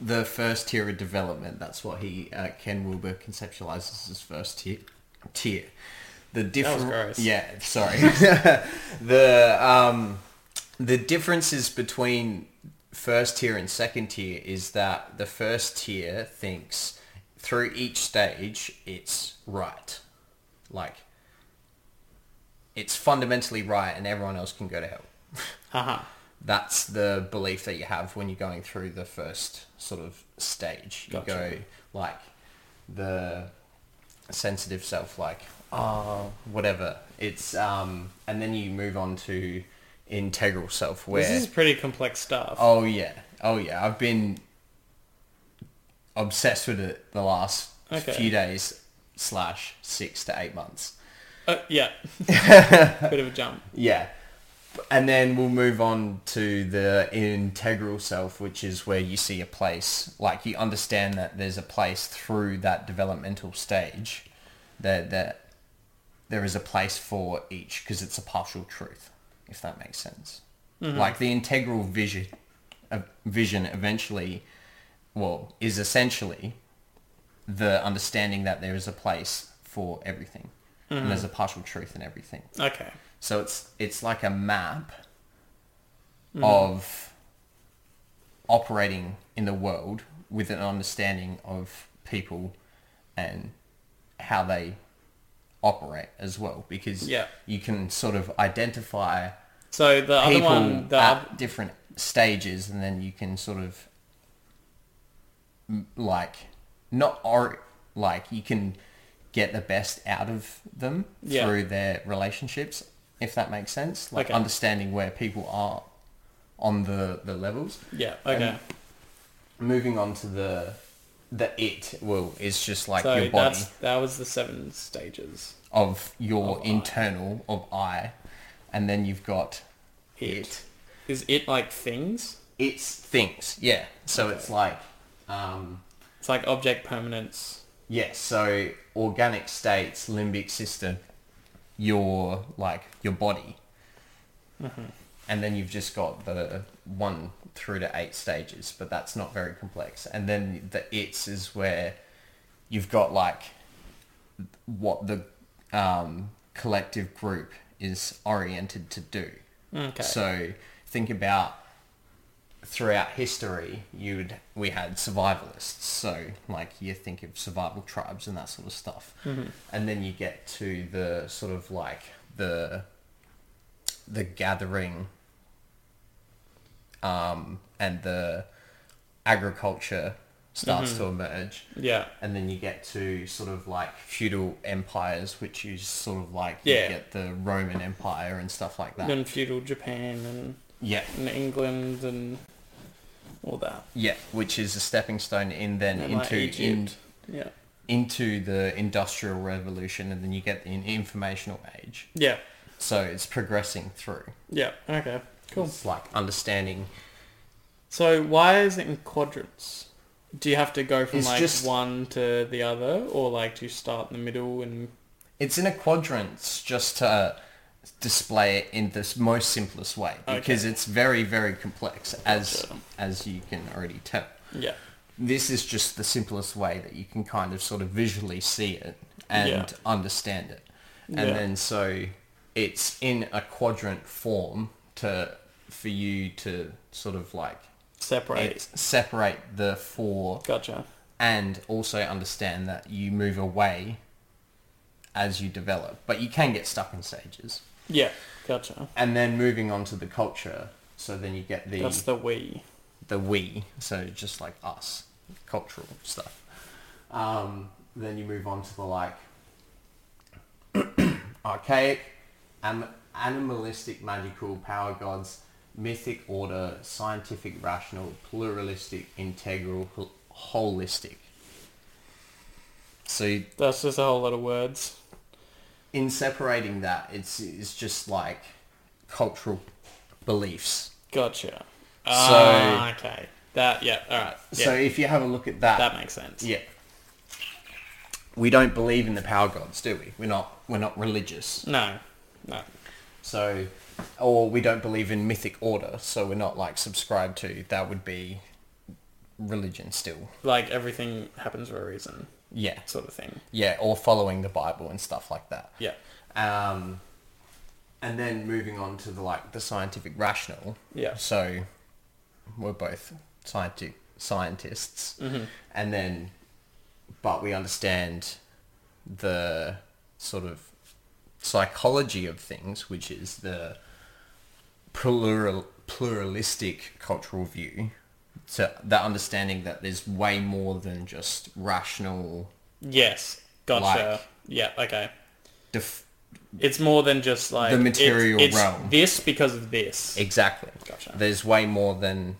[SPEAKER 2] the first tier of development. That's what he uh, Ken Wilber conceptualizes as first tier. Tier. The
[SPEAKER 1] was
[SPEAKER 2] different.
[SPEAKER 1] gross.
[SPEAKER 2] Yeah, sorry. the um, the differences between first tier and second tier is that the first tier thinks through each stage it's right, like it's fundamentally right, and everyone else can go to hell
[SPEAKER 1] Haha.
[SPEAKER 2] that's the belief that you have when you're going through the first sort of stage. You
[SPEAKER 1] Gotcha.
[SPEAKER 2] go like the sensitive self, like oh whatever. It's um, and then you move on to integral self, where
[SPEAKER 1] This is pretty complex stuff.
[SPEAKER 2] oh yeah, oh yeah, I've been obsessed with it the last
[SPEAKER 1] Okay.
[SPEAKER 2] few days slash six to eight months.
[SPEAKER 1] Uh, yeah. Bit of a jump.
[SPEAKER 2] Yeah. And then we'll move on to the integral self, which is where you see a place, like you understand that there's a place through that developmental stage, that that there is a place for each because it's a partial truth, if that makes sense. Like the integral vision, uh, vision eventually, well, is essentially the understanding that there is a place for everything, and there's a partial truth in everything.
[SPEAKER 1] Okay.
[SPEAKER 2] So it's it's like a map of operating in the world with an understanding of people and how they operate as well because
[SPEAKER 1] Yeah.
[SPEAKER 2] you can sort of identify
[SPEAKER 1] So the other
[SPEAKER 2] people
[SPEAKER 1] one, the
[SPEAKER 2] at
[SPEAKER 1] oth-
[SPEAKER 2] different stages and then you can sort of m- like not or like you can get the best out of them
[SPEAKER 1] Yeah.
[SPEAKER 2] through their relationships if that makes sense like
[SPEAKER 1] Okay.
[SPEAKER 2] understanding where people are on the the levels
[SPEAKER 1] yeah. Okay.
[SPEAKER 2] moving on to the the it will is just like
[SPEAKER 1] so
[SPEAKER 2] your body
[SPEAKER 1] that's that was the seven stages.
[SPEAKER 2] of your
[SPEAKER 1] of I.
[SPEAKER 2] internal of i and then you've got it.
[SPEAKER 1] Is it like things?
[SPEAKER 2] it's things. Yeah. So it's like, um,
[SPEAKER 1] It's like object permanence.
[SPEAKER 2] yes. So organic states, limbic system, your like your body, and then you've just got the one through to eight stages, but that's not very complex. And then the it's is where you've got like what the um, collective group is oriented to do.
[SPEAKER 1] Okay.
[SPEAKER 2] So think about throughout history, you'd we had survivalists. So like you think of survival tribes and that sort of stuff,
[SPEAKER 1] Mm-hmm.
[SPEAKER 2] and then you get to the sort of like the the gathering, um, and the agriculture starts to
[SPEAKER 1] Mm-hmm.
[SPEAKER 2] emerge.
[SPEAKER 1] Yeah.
[SPEAKER 2] And then you get to sort of like feudal empires, which is sort of like
[SPEAKER 1] Yeah.
[SPEAKER 2] you get the Roman Empire and stuff like that.
[SPEAKER 1] And feudal Japan and,
[SPEAKER 2] Yeah,
[SPEAKER 1] and England and all that.
[SPEAKER 2] yeah, which is a stepping stone in then
[SPEAKER 1] And, like,
[SPEAKER 2] into in,
[SPEAKER 1] Egypt. Yeah.
[SPEAKER 2] into the Industrial Revolution, and then you get the Informational Age.
[SPEAKER 1] Yeah.
[SPEAKER 2] So it's progressing through.
[SPEAKER 1] Yeah. Okay. Cool.
[SPEAKER 2] It's like understanding.
[SPEAKER 1] So why is it in quadrants? Do you have to go from
[SPEAKER 2] It's
[SPEAKER 1] like
[SPEAKER 2] just-
[SPEAKER 1] one to the other, or like do you start in the middle and
[SPEAKER 2] It's in a quadrants just to display it in the most simplest way because it's very very complex as
[SPEAKER 1] Gotcha.
[SPEAKER 2] as you can already tell.
[SPEAKER 1] yeah,
[SPEAKER 2] This is just the simplest way that you can kind of sort of visually see it and
[SPEAKER 1] Yeah.
[SPEAKER 2] understand it. And
[SPEAKER 1] Yeah.
[SPEAKER 2] then so it's in a quadrant form to for you to sort of like
[SPEAKER 1] separate?
[SPEAKER 2] it's- separate the four
[SPEAKER 1] Gotcha.
[SPEAKER 2] and also understand that you move away as you develop, but you can get stuck in stages.
[SPEAKER 1] Yeah. Gotcha.
[SPEAKER 2] And then moving on to the culture, so then you get the
[SPEAKER 1] That's the we.
[SPEAKER 2] the we, so just like us, cultural stuff. Um, then you move on to the like archaic, am- animalistic, magical, power gods, mythic order, scientific, rational, pluralistic, integral, hol- holistic. So you-
[SPEAKER 1] That's just a whole lot of words.
[SPEAKER 2] in separating that, it's it's just like cultural beliefs.
[SPEAKER 1] Gotcha. So okay. That yeah. All right. Yeah.
[SPEAKER 2] So if you have a look at that,
[SPEAKER 1] that makes sense.
[SPEAKER 2] Yeah. We don't believe in the power gods, do we? We're not we're not religious.
[SPEAKER 1] No. No.
[SPEAKER 2] So or we don't believe in mythic order, so we're not like subscribed to that would be religion still.
[SPEAKER 1] Like everything happens for a reason,
[SPEAKER 2] Yeah.
[SPEAKER 1] sort of thing.
[SPEAKER 2] Yeah, or following the Bible and stuff like that.
[SPEAKER 1] Yeah.
[SPEAKER 2] Um and then moving on to the like the scientific rational.
[SPEAKER 1] Yeah.
[SPEAKER 2] So we're both scientific scientists,
[SPEAKER 1] Mm-hmm.
[SPEAKER 2] and then, but we understand the sort of psychology of things, which is the plural pluralistic cultural view. So that understanding that there's way more than just rational.
[SPEAKER 1] Yes. Gotcha.
[SPEAKER 2] Like-
[SPEAKER 1] yeah. Okay.
[SPEAKER 2] Def-
[SPEAKER 1] It's more than just like
[SPEAKER 2] The
[SPEAKER 1] it's-
[SPEAKER 2] material
[SPEAKER 1] it's
[SPEAKER 2] realm.
[SPEAKER 1] This because of this.
[SPEAKER 2] exactly.
[SPEAKER 1] Gotcha.
[SPEAKER 2] There's way more than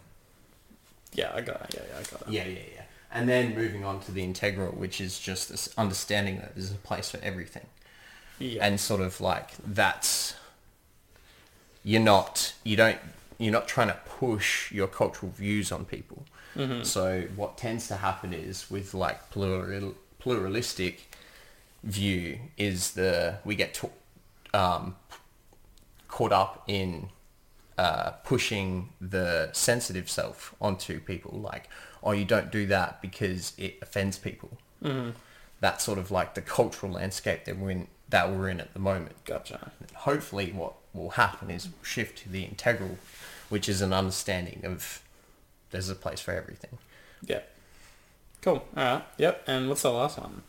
[SPEAKER 1] Yeah, I got it. Yeah, yeah, I got it.
[SPEAKER 2] Yeah, yeah, yeah. And then moving on to the integral, which is just this understanding that there's a place for everything.
[SPEAKER 1] Yeah.
[SPEAKER 2] And sort of like that's you're not you don't you're not trying to push your cultural views on people. So what tends to happen is with like plural pluralistic view is the we get to, um, caught up in uh, pushing the sensitive self onto people like oh you don't do that because it offends people that's sort of like the cultural landscape that we're in, that we're in at the moment
[SPEAKER 1] Gotcha.
[SPEAKER 2] hopefully what will happen is shift to the integral which is an understanding of there's a place for everything
[SPEAKER 1] Yeah. Cool. All right. Yep. And what's the last one?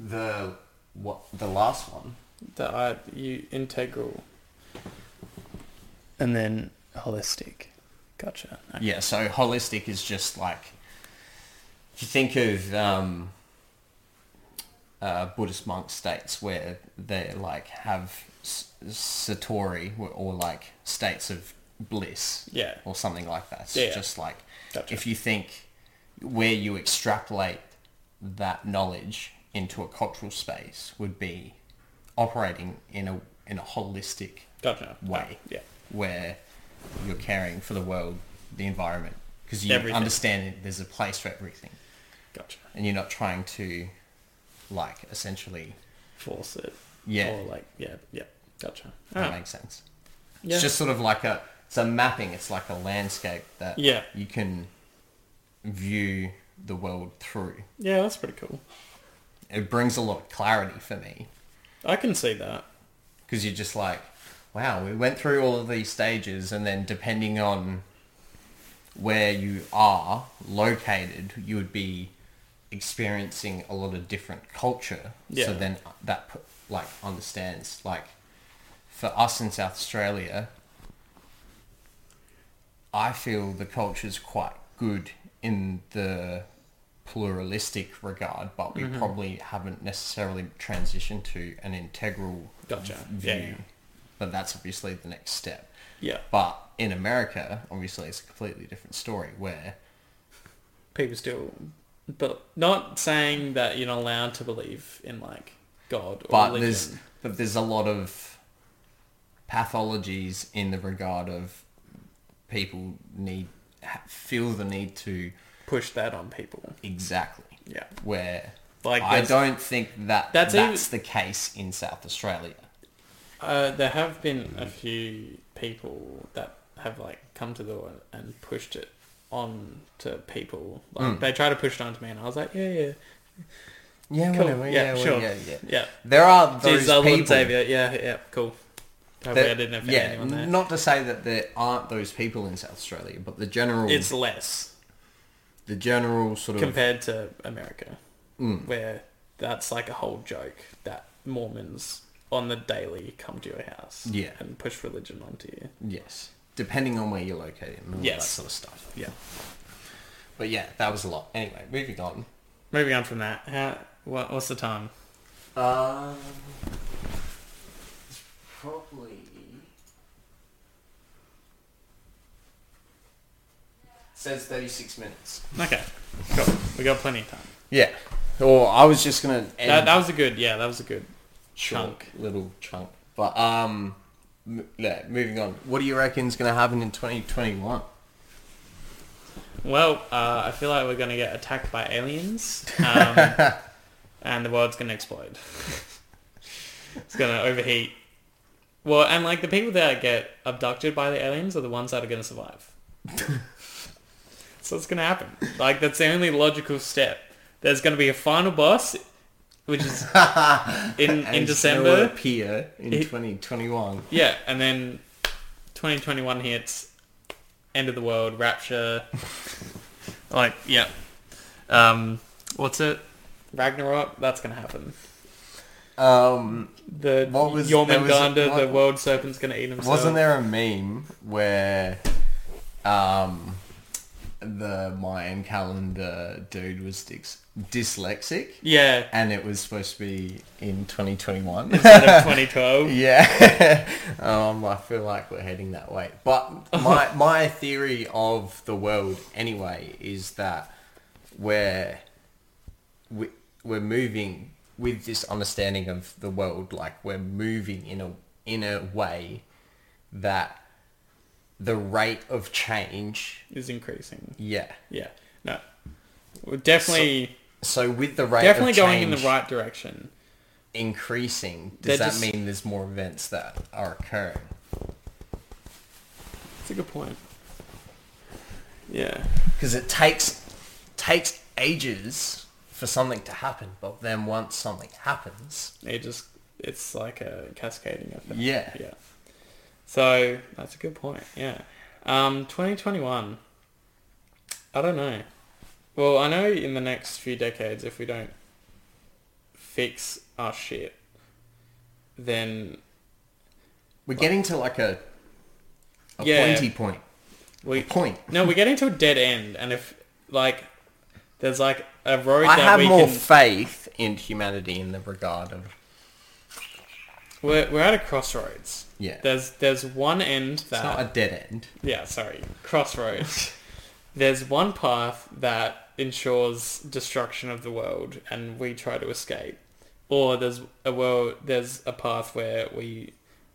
[SPEAKER 2] the what the last one
[SPEAKER 1] The I you integral. And then holistic. Gotcha. Okay.
[SPEAKER 2] Yeah, so holistic is just like if you think of um, uh, Buddhist monk states where they like have s- satori or- or like states of bliss
[SPEAKER 1] Yeah.
[SPEAKER 2] or something like that. It's
[SPEAKER 1] Yeah.
[SPEAKER 2] just like
[SPEAKER 1] Gotcha.
[SPEAKER 2] if you think where you extrapolate that knowledge into a cultural space would be operating in a in a holistic
[SPEAKER 1] Gotcha.
[SPEAKER 2] Way.
[SPEAKER 1] Yeah.
[SPEAKER 2] where you're caring for the world, the environment, because you
[SPEAKER 1] Everything.
[SPEAKER 2] understand that there's a place for everything,
[SPEAKER 1] Gotcha.
[SPEAKER 2] and you're not trying to, like, essentially.
[SPEAKER 1] Force it.
[SPEAKER 2] Yeah.
[SPEAKER 1] Or like yeah yeah. Gotcha. All
[SPEAKER 2] That
[SPEAKER 1] right.
[SPEAKER 2] makes sense.
[SPEAKER 1] Yeah.
[SPEAKER 2] It's just sort of like a it's a mapping. It's like a landscape that
[SPEAKER 1] Yeah.
[SPEAKER 2] you can view the world through.
[SPEAKER 1] yeah. That's pretty cool.
[SPEAKER 2] It brings a lot of clarity for me
[SPEAKER 1] I can see that.
[SPEAKER 2] because you're just like, wow, we went through all of these stages, and then depending on where you are located, you would be experiencing a lot of different culture.
[SPEAKER 1] Yeah.
[SPEAKER 2] So then uh, that pu- like understands like for us in South Australia, I feel the culture's quite good in the pluralistic regard, but we probably haven't necessarily transitioned to an integral
[SPEAKER 1] Gotcha.
[SPEAKER 2] view.
[SPEAKER 1] Yeah, yeah.
[SPEAKER 2] But that's obviously the next step.
[SPEAKER 1] Yeah.
[SPEAKER 2] But in America, obviously, it's a completely different story where
[SPEAKER 1] People still, but not saying that you're not allowed to believe in like God or
[SPEAKER 2] but
[SPEAKER 1] religion.
[SPEAKER 2] there's but there's a lot of pathologies in the regard of people need ha- feel the need to
[SPEAKER 1] Push that on people.
[SPEAKER 2] exactly
[SPEAKER 1] Yeah.
[SPEAKER 2] where
[SPEAKER 1] Like
[SPEAKER 2] I
[SPEAKER 1] there's-
[SPEAKER 2] don't think that
[SPEAKER 1] That's
[SPEAKER 2] that's,
[SPEAKER 1] even-
[SPEAKER 2] the case in South Australia.
[SPEAKER 1] Uh, there have been a few people that have like come to the door and, and pushed it on to people. Like
[SPEAKER 2] Hmm.
[SPEAKER 1] they try to push it on to me, and I was like, yeah, yeah,
[SPEAKER 2] Yeah,
[SPEAKER 1] Cool.
[SPEAKER 2] whatever,
[SPEAKER 1] Yeah,
[SPEAKER 2] well,
[SPEAKER 1] sure.
[SPEAKER 2] yeah, yeah.
[SPEAKER 1] yeah.
[SPEAKER 2] There are those
[SPEAKER 1] Jesus, I
[SPEAKER 2] people.
[SPEAKER 1] love Xavier. Yeah, yeah, cool. Hopefully, I
[SPEAKER 2] that-
[SPEAKER 1] didn't offend
[SPEAKER 2] yeah,
[SPEAKER 1] anyone there.
[SPEAKER 2] not to say that there aren't those people in South Australia, but the general
[SPEAKER 1] it's less
[SPEAKER 2] the general sort of
[SPEAKER 1] compared to America,
[SPEAKER 2] Mm.
[SPEAKER 1] where that's like a whole joke that Mormons on the daily come to your house
[SPEAKER 2] Yeah.
[SPEAKER 1] and push religion onto you.
[SPEAKER 2] yes, depending on where you're located and all that
[SPEAKER 1] Yes.
[SPEAKER 2] sort of stuff.
[SPEAKER 1] Yeah.
[SPEAKER 2] But yeah, that was a lot. Anyway, moving on.
[SPEAKER 1] Moving on from that, how, what, what's the time?
[SPEAKER 2] Um, it's probably says thirty-six minutes.
[SPEAKER 1] Okay, cool. We got plenty of time.
[SPEAKER 2] Yeah. Or I was just gonna end
[SPEAKER 1] That, that was a good, yeah, that was a good.
[SPEAKER 2] short
[SPEAKER 1] chunk.
[SPEAKER 2] little chunk. But um, m- yeah, moving on. What do you reckon's gonna happen in twenty twenty-one?
[SPEAKER 1] Well, uh, I feel like we're going to get attacked by aliens, um, and the world's going to explode. it's going to overheat. Well, and like the people that get abducted by the aliens are the ones that are going to survive. so it's going to happen. Like that's the only logical step. There's going to be a final boss, which is in in December.
[SPEAKER 2] appear in
[SPEAKER 1] It-
[SPEAKER 2] twenty twenty-one.
[SPEAKER 1] Yeah, and then 2021 hits, end of the world, rapture. like, yeah. Um, what's it? Ragnarok. That's gonna happen.
[SPEAKER 2] Um,
[SPEAKER 1] The
[SPEAKER 2] What was- there was-
[SPEAKER 1] Jormungandr, the
[SPEAKER 2] what-
[SPEAKER 1] world serpent's gonna eat himself.
[SPEAKER 2] Wasn't there a meme where um, the Mayan calendar dude was dys- dyslexic
[SPEAKER 1] Yeah,
[SPEAKER 2] and it was supposed to be in 2021?
[SPEAKER 1] instead of 2012.
[SPEAKER 2] yeah. um, I feel like we're heading that way. But my, my theory of the world anyway is that we're, we, we're moving with this understanding of the world, like we're moving in a, in a way that the rate of change,
[SPEAKER 1] Is increasing.
[SPEAKER 2] yeah.
[SPEAKER 1] Yeah. No. We're definitely,
[SPEAKER 2] So with the rate
[SPEAKER 1] definitely
[SPEAKER 2] of
[SPEAKER 1] going in the
[SPEAKER 2] change
[SPEAKER 1] right direction.
[SPEAKER 2] increasing,
[SPEAKER 1] They're
[SPEAKER 2] does that
[SPEAKER 1] just-
[SPEAKER 2] mean there's more events that are occurring?
[SPEAKER 1] It's a good point. Yeah.
[SPEAKER 2] because it takes takes ages for something to happen, but then once something happens,
[SPEAKER 1] It just, it's like a cascading effect.
[SPEAKER 2] yeah,
[SPEAKER 1] Yeah. So that's a good point. Yeah. Um, 2021. I don't know. Well, I know in the next few decades, if we don't fix our shit, then
[SPEAKER 2] we're getting to like a, a
[SPEAKER 1] Yeah.
[SPEAKER 2] pointy point.
[SPEAKER 1] we
[SPEAKER 2] Point.
[SPEAKER 1] no, we're getting to a dead end, and if like there's like a road
[SPEAKER 2] I
[SPEAKER 1] that
[SPEAKER 2] have
[SPEAKER 1] we
[SPEAKER 2] more
[SPEAKER 1] can,
[SPEAKER 2] faith in humanity in the regard of
[SPEAKER 1] we're we're at a crossroads.
[SPEAKER 2] yeah.
[SPEAKER 1] There's there's one end that
[SPEAKER 2] it's not a dead end.
[SPEAKER 1] yeah, sorry, crossroads. There's one path that ensures destruction of the world, and we try to escape. Or there's a world, there's a path where we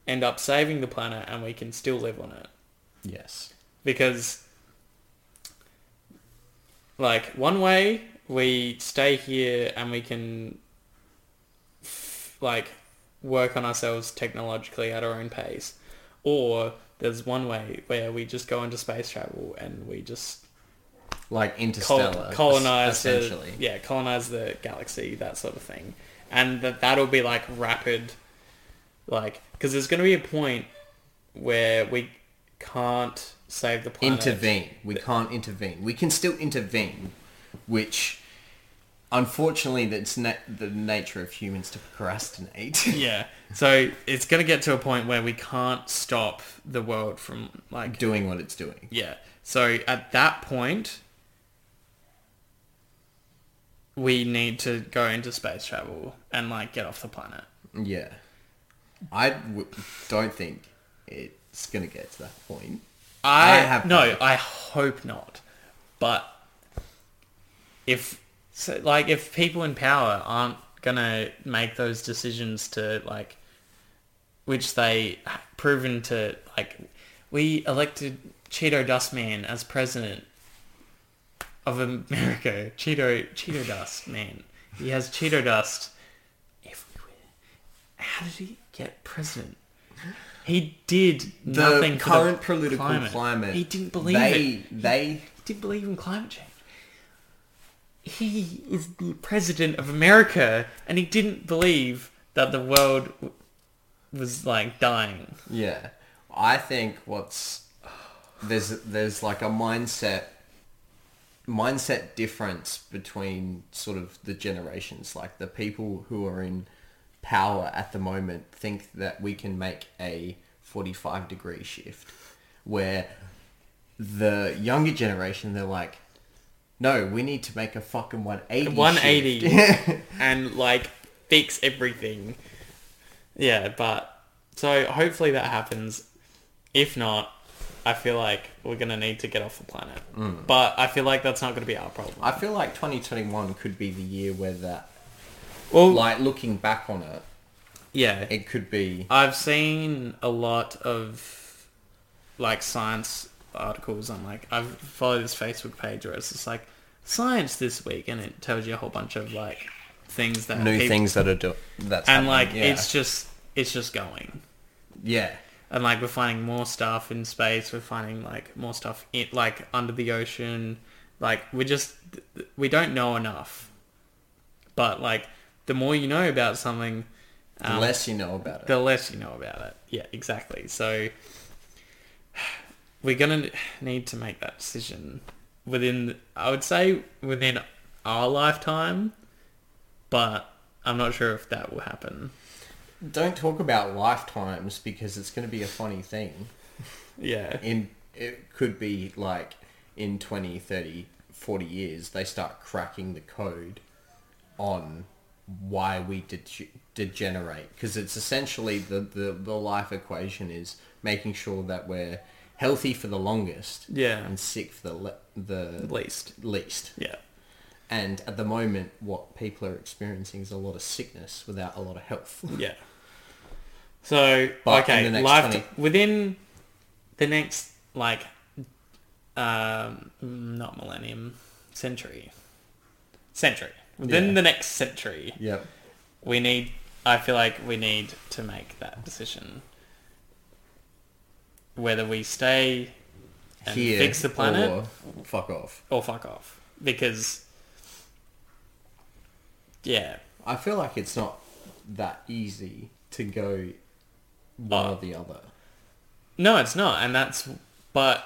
[SPEAKER 1] end up saving the planet, and we can still live on it
[SPEAKER 2] Yes.
[SPEAKER 1] because, like, one way we stay here and we can, f- like, work on ourselves technologically at our own pace, or there's one way where we just go into space travel and we just
[SPEAKER 2] Like
[SPEAKER 1] col-
[SPEAKER 2] interstellar,
[SPEAKER 1] colonize
[SPEAKER 2] es- essentially.
[SPEAKER 1] the yeah colonize the galaxy that sort of thing, and that that'll be like rapid, like because there's going to be a point where we can't save the planet.
[SPEAKER 2] intervene. We can't intervene. We can still intervene, which unfortunately that's na- the nature of humans to procrastinate.
[SPEAKER 1] Yeah. So it's going to get to a point where we can't stop the world from like
[SPEAKER 2] doing what it's doing.
[SPEAKER 1] yeah. So at that point we need to go into space travel and like get off the planet.
[SPEAKER 2] Yeah. I w- don't think it's going to get to that point.
[SPEAKER 1] I,
[SPEAKER 2] I have-
[SPEAKER 1] no. I hope not. But if so, like if people in power aren't gonna make those decisions to like, which they ha- proven to like, we elected Cheeto Dustman as president of America. Cheeto Cheeto Dust man. He has Cheeto dust everywhere. How did he get president? He did
[SPEAKER 2] The
[SPEAKER 1] nothing for the
[SPEAKER 2] current political climate,
[SPEAKER 1] He didn't believe
[SPEAKER 2] they,
[SPEAKER 1] it. He
[SPEAKER 2] They
[SPEAKER 1] didn't believe in climate change. He is the president of America, and he didn't believe that the world w- was like dying.
[SPEAKER 2] Yeah, I think what's there's there's like a mindset mindset difference between sort of the generations. Like the people who are in power at the moment think that we can make a 45 degree shift where the younger generation they're like no we need to make a fucking 180 shift."
[SPEAKER 1] 180 and like fix everything. Yeah, but so hopefully that happens. If not, I feel like we're gonna need to get off the planet. But I feel like that's not gonna be our problem.
[SPEAKER 2] Mm. i feel like 2021 could be the year where that
[SPEAKER 1] Well,
[SPEAKER 2] like looking back on it
[SPEAKER 1] yeah,
[SPEAKER 2] it could be
[SPEAKER 1] I've seen a lot of like science articles on like I've followed this Facebook page where it's just like science this week and it tells you a whole bunch of like things that
[SPEAKER 2] new
[SPEAKER 1] peop-
[SPEAKER 2] things that are do- that's
[SPEAKER 1] and
[SPEAKER 2] happening,
[SPEAKER 1] like
[SPEAKER 2] yeah.
[SPEAKER 1] it's just it's just going.
[SPEAKER 2] yeah
[SPEAKER 1] and like we're finding more stuff in space we're finding like more stuff in, like under the ocean like we just we don't know enough but like the more you know about something
[SPEAKER 2] the less you know about it
[SPEAKER 1] um, the less you know about it yeah exactly so we're gonna need to make that decision within i would say within our lifetime but i'm not sure if that will happen
[SPEAKER 2] don't talk about lifetimes because it's going to be a funny thing
[SPEAKER 1] yeah
[SPEAKER 2] in it could be like in 20 30 40 years they start cracking the code on why we de- degenerate because it's essentially the, the the life equation is making sure that we're healthy for the longest
[SPEAKER 1] Yeah.
[SPEAKER 2] and sick for the le- the
[SPEAKER 1] at least
[SPEAKER 2] least
[SPEAKER 1] yeah
[SPEAKER 2] And at the moment, what people are experiencing is a lot of sickness without a lot of health.
[SPEAKER 1] Yeah. So
[SPEAKER 2] But in the
[SPEAKER 1] okay,
[SPEAKER 2] next
[SPEAKER 1] life
[SPEAKER 2] 20
[SPEAKER 1] within the next like um not millennium century century within
[SPEAKER 2] Yeah.
[SPEAKER 1] the next century
[SPEAKER 2] Yep.
[SPEAKER 1] we need I feel like we need to make that decision whether we stay and
[SPEAKER 2] Here,
[SPEAKER 1] fix the planet
[SPEAKER 2] Or fuck off.
[SPEAKER 1] or fuck off because yeah
[SPEAKER 2] I feel like it's not that easy to go one
[SPEAKER 1] Oh.
[SPEAKER 2] or the other.
[SPEAKER 1] No, it's not, and that's but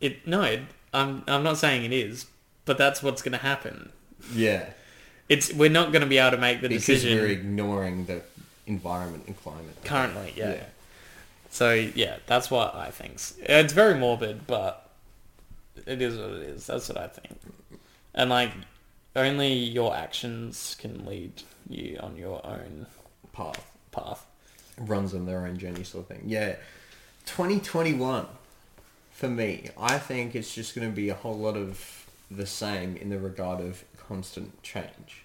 [SPEAKER 1] it no, it- I'm I'm not saying it is, but that's what's going to happen.
[SPEAKER 2] Yeah.
[SPEAKER 1] It's we're not going to be able to make the
[SPEAKER 2] Because
[SPEAKER 1] decision
[SPEAKER 2] we're ignoring the environment and climate.
[SPEAKER 1] currently. Yeah.
[SPEAKER 2] Yeah.
[SPEAKER 1] So yeah, that's what I think. It's very morbid, but it is what it is. That's what I think. And like, only your actions can lead you on your own
[SPEAKER 2] Path
[SPEAKER 1] path.
[SPEAKER 2] runs on their own journey, sort of thing. Yeah. 2021, for me, I think it's just going to be a whole lot of the same in the regard of constant change.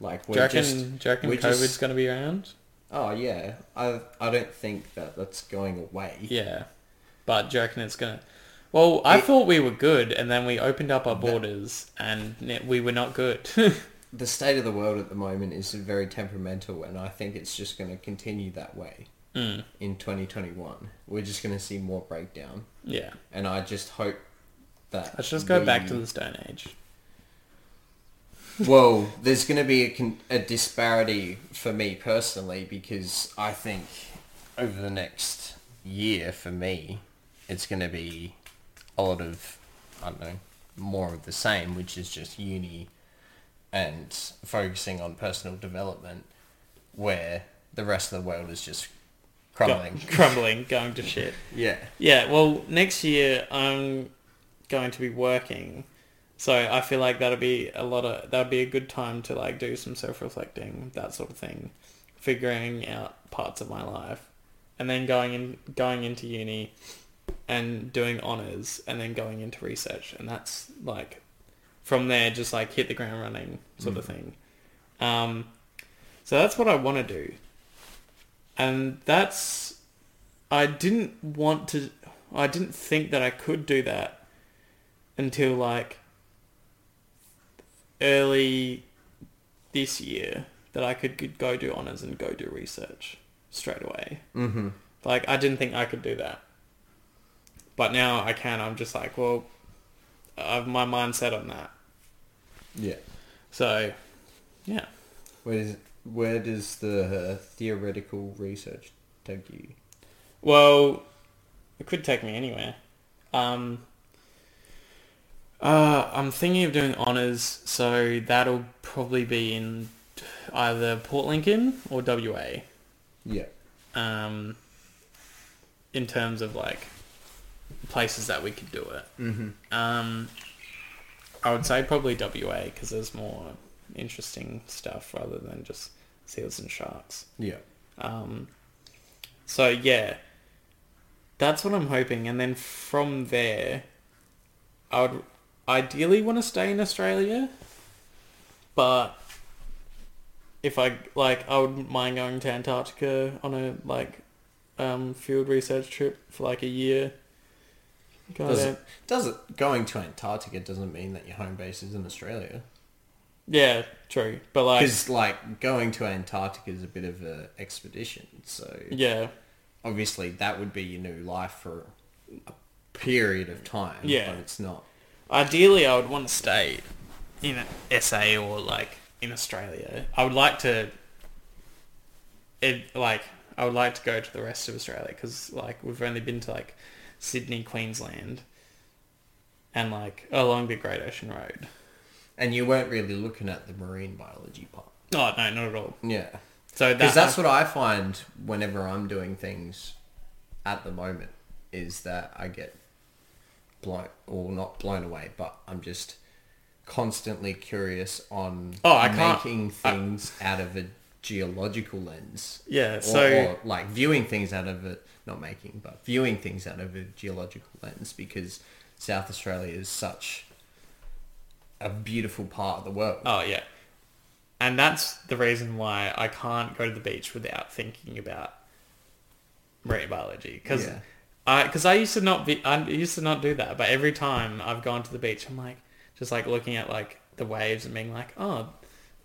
[SPEAKER 2] Like, we're
[SPEAKER 1] Do you reckon,
[SPEAKER 2] just.
[SPEAKER 1] do you reckon
[SPEAKER 2] we're
[SPEAKER 1] COVID's
[SPEAKER 2] just-
[SPEAKER 1] going to be around?
[SPEAKER 2] Oh yeah, I I don't think that that's going away.
[SPEAKER 1] Yeah, but do you reckon it's gonna? Well, I
[SPEAKER 2] It-
[SPEAKER 1] thought we were good, and then we opened up our borders, and ne- we were not good.
[SPEAKER 2] The state of the world at the moment is very temperamental, and I think it's just going to continue that way
[SPEAKER 1] Mm,
[SPEAKER 2] in 2021. We're just going to see more breakdown,
[SPEAKER 1] yeah,
[SPEAKER 2] and I just hope that
[SPEAKER 1] let's just go back
[SPEAKER 2] we-
[SPEAKER 1] to the Stone Age.
[SPEAKER 2] well, there's going to be a, con- a disparity for me personally because I think over the next year for me, it's going to be a lot of, I don't know, more of the same, which is just uni and focusing on personal development where the rest of the world is just
[SPEAKER 1] Go-
[SPEAKER 2] crumbling.
[SPEAKER 1] crumbling, going to shit.
[SPEAKER 2] Yeah.
[SPEAKER 1] Yeah. Well, next year I'm going to be working, So I feel like that'll be a lot of that'll be a good time to like do some self reflecting, that sort of thing, figuring out parts of my life, and then going in going into uni, and doing honors, and then going into research, and that's like, from there just like hit the ground running sort of thing. Um, so that's what I want to do, and that's I didn't want to. I didn't think that I could do that until like early this year that I could g- go do honors and go do research straight away.
[SPEAKER 2] Mm-hmm.
[SPEAKER 1] Like I didn't think I could do that, but now I can. I'm just like, well, I've my mind set on that.
[SPEAKER 2] Yeah.
[SPEAKER 1] So, yeah.
[SPEAKER 2] Where does where does the uh, theoretical research take you?
[SPEAKER 1] Well, it could take me anywhere. Um, uh, I'm thinking of doing honours, so that'll probably be in either Port Lincoln or WA.
[SPEAKER 2] Yeah.
[SPEAKER 1] Um, in terms of like places that we could do it,
[SPEAKER 2] Mm-hmm.
[SPEAKER 1] um, I would say probably WA because there's more interesting stuff rather than just seals and sharks.
[SPEAKER 2] Yeah.
[SPEAKER 1] Um, so yeah, that's what I'm hoping, and then from there, I would ideally want to stay in Australia, but if I like, I wouldn't mind going to Antarctica on a like um, field research trip for like a year. Go
[SPEAKER 2] Does
[SPEAKER 1] there.
[SPEAKER 2] it, does it going to Antarctica doesn't mean that your home base is in Australia?
[SPEAKER 1] Yeah, true, but like,
[SPEAKER 2] Because like going to Antarctica is a bit of a expedition, so
[SPEAKER 1] yeah,
[SPEAKER 2] obviously that would be your new life for a period of time.
[SPEAKER 1] Yeah.
[SPEAKER 2] but it's not.
[SPEAKER 1] Ideally, I would want to stay in SA or like in Australia. I would like to, it, like I would like to go to the rest of Australia because like we've only been to like Sydney, Queensland, and like along the Great Ocean Road.
[SPEAKER 2] And you weren't really looking at the marine biology part.
[SPEAKER 1] Oh no, not at all.
[SPEAKER 2] Yeah,
[SPEAKER 1] So that,
[SPEAKER 2] because that's what I find whenever I'm doing things at the moment is that I get blown or not blown away, but I'm just constantly curious on
[SPEAKER 1] Oh, I can't-
[SPEAKER 2] making
[SPEAKER 1] I-
[SPEAKER 2] things out of a geological lens.
[SPEAKER 1] yeah.
[SPEAKER 2] Or,
[SPEAKER 1] So
[SPEAKER 2] or like viewing things out of a not making, but viewing things out of a geological lens because South Australia is such a beautiful part of the world.
[SPEAKER 1] Oh yeah, and that's the reason why I can't go to the beach without thinking about marine biology because
[SPEAKER 2] Yeah.
[SPEAKER 1] I because I used to not be I used to not do that, but every time I've gone to the beach, I'm like just like looking at like the waves and being like, oh,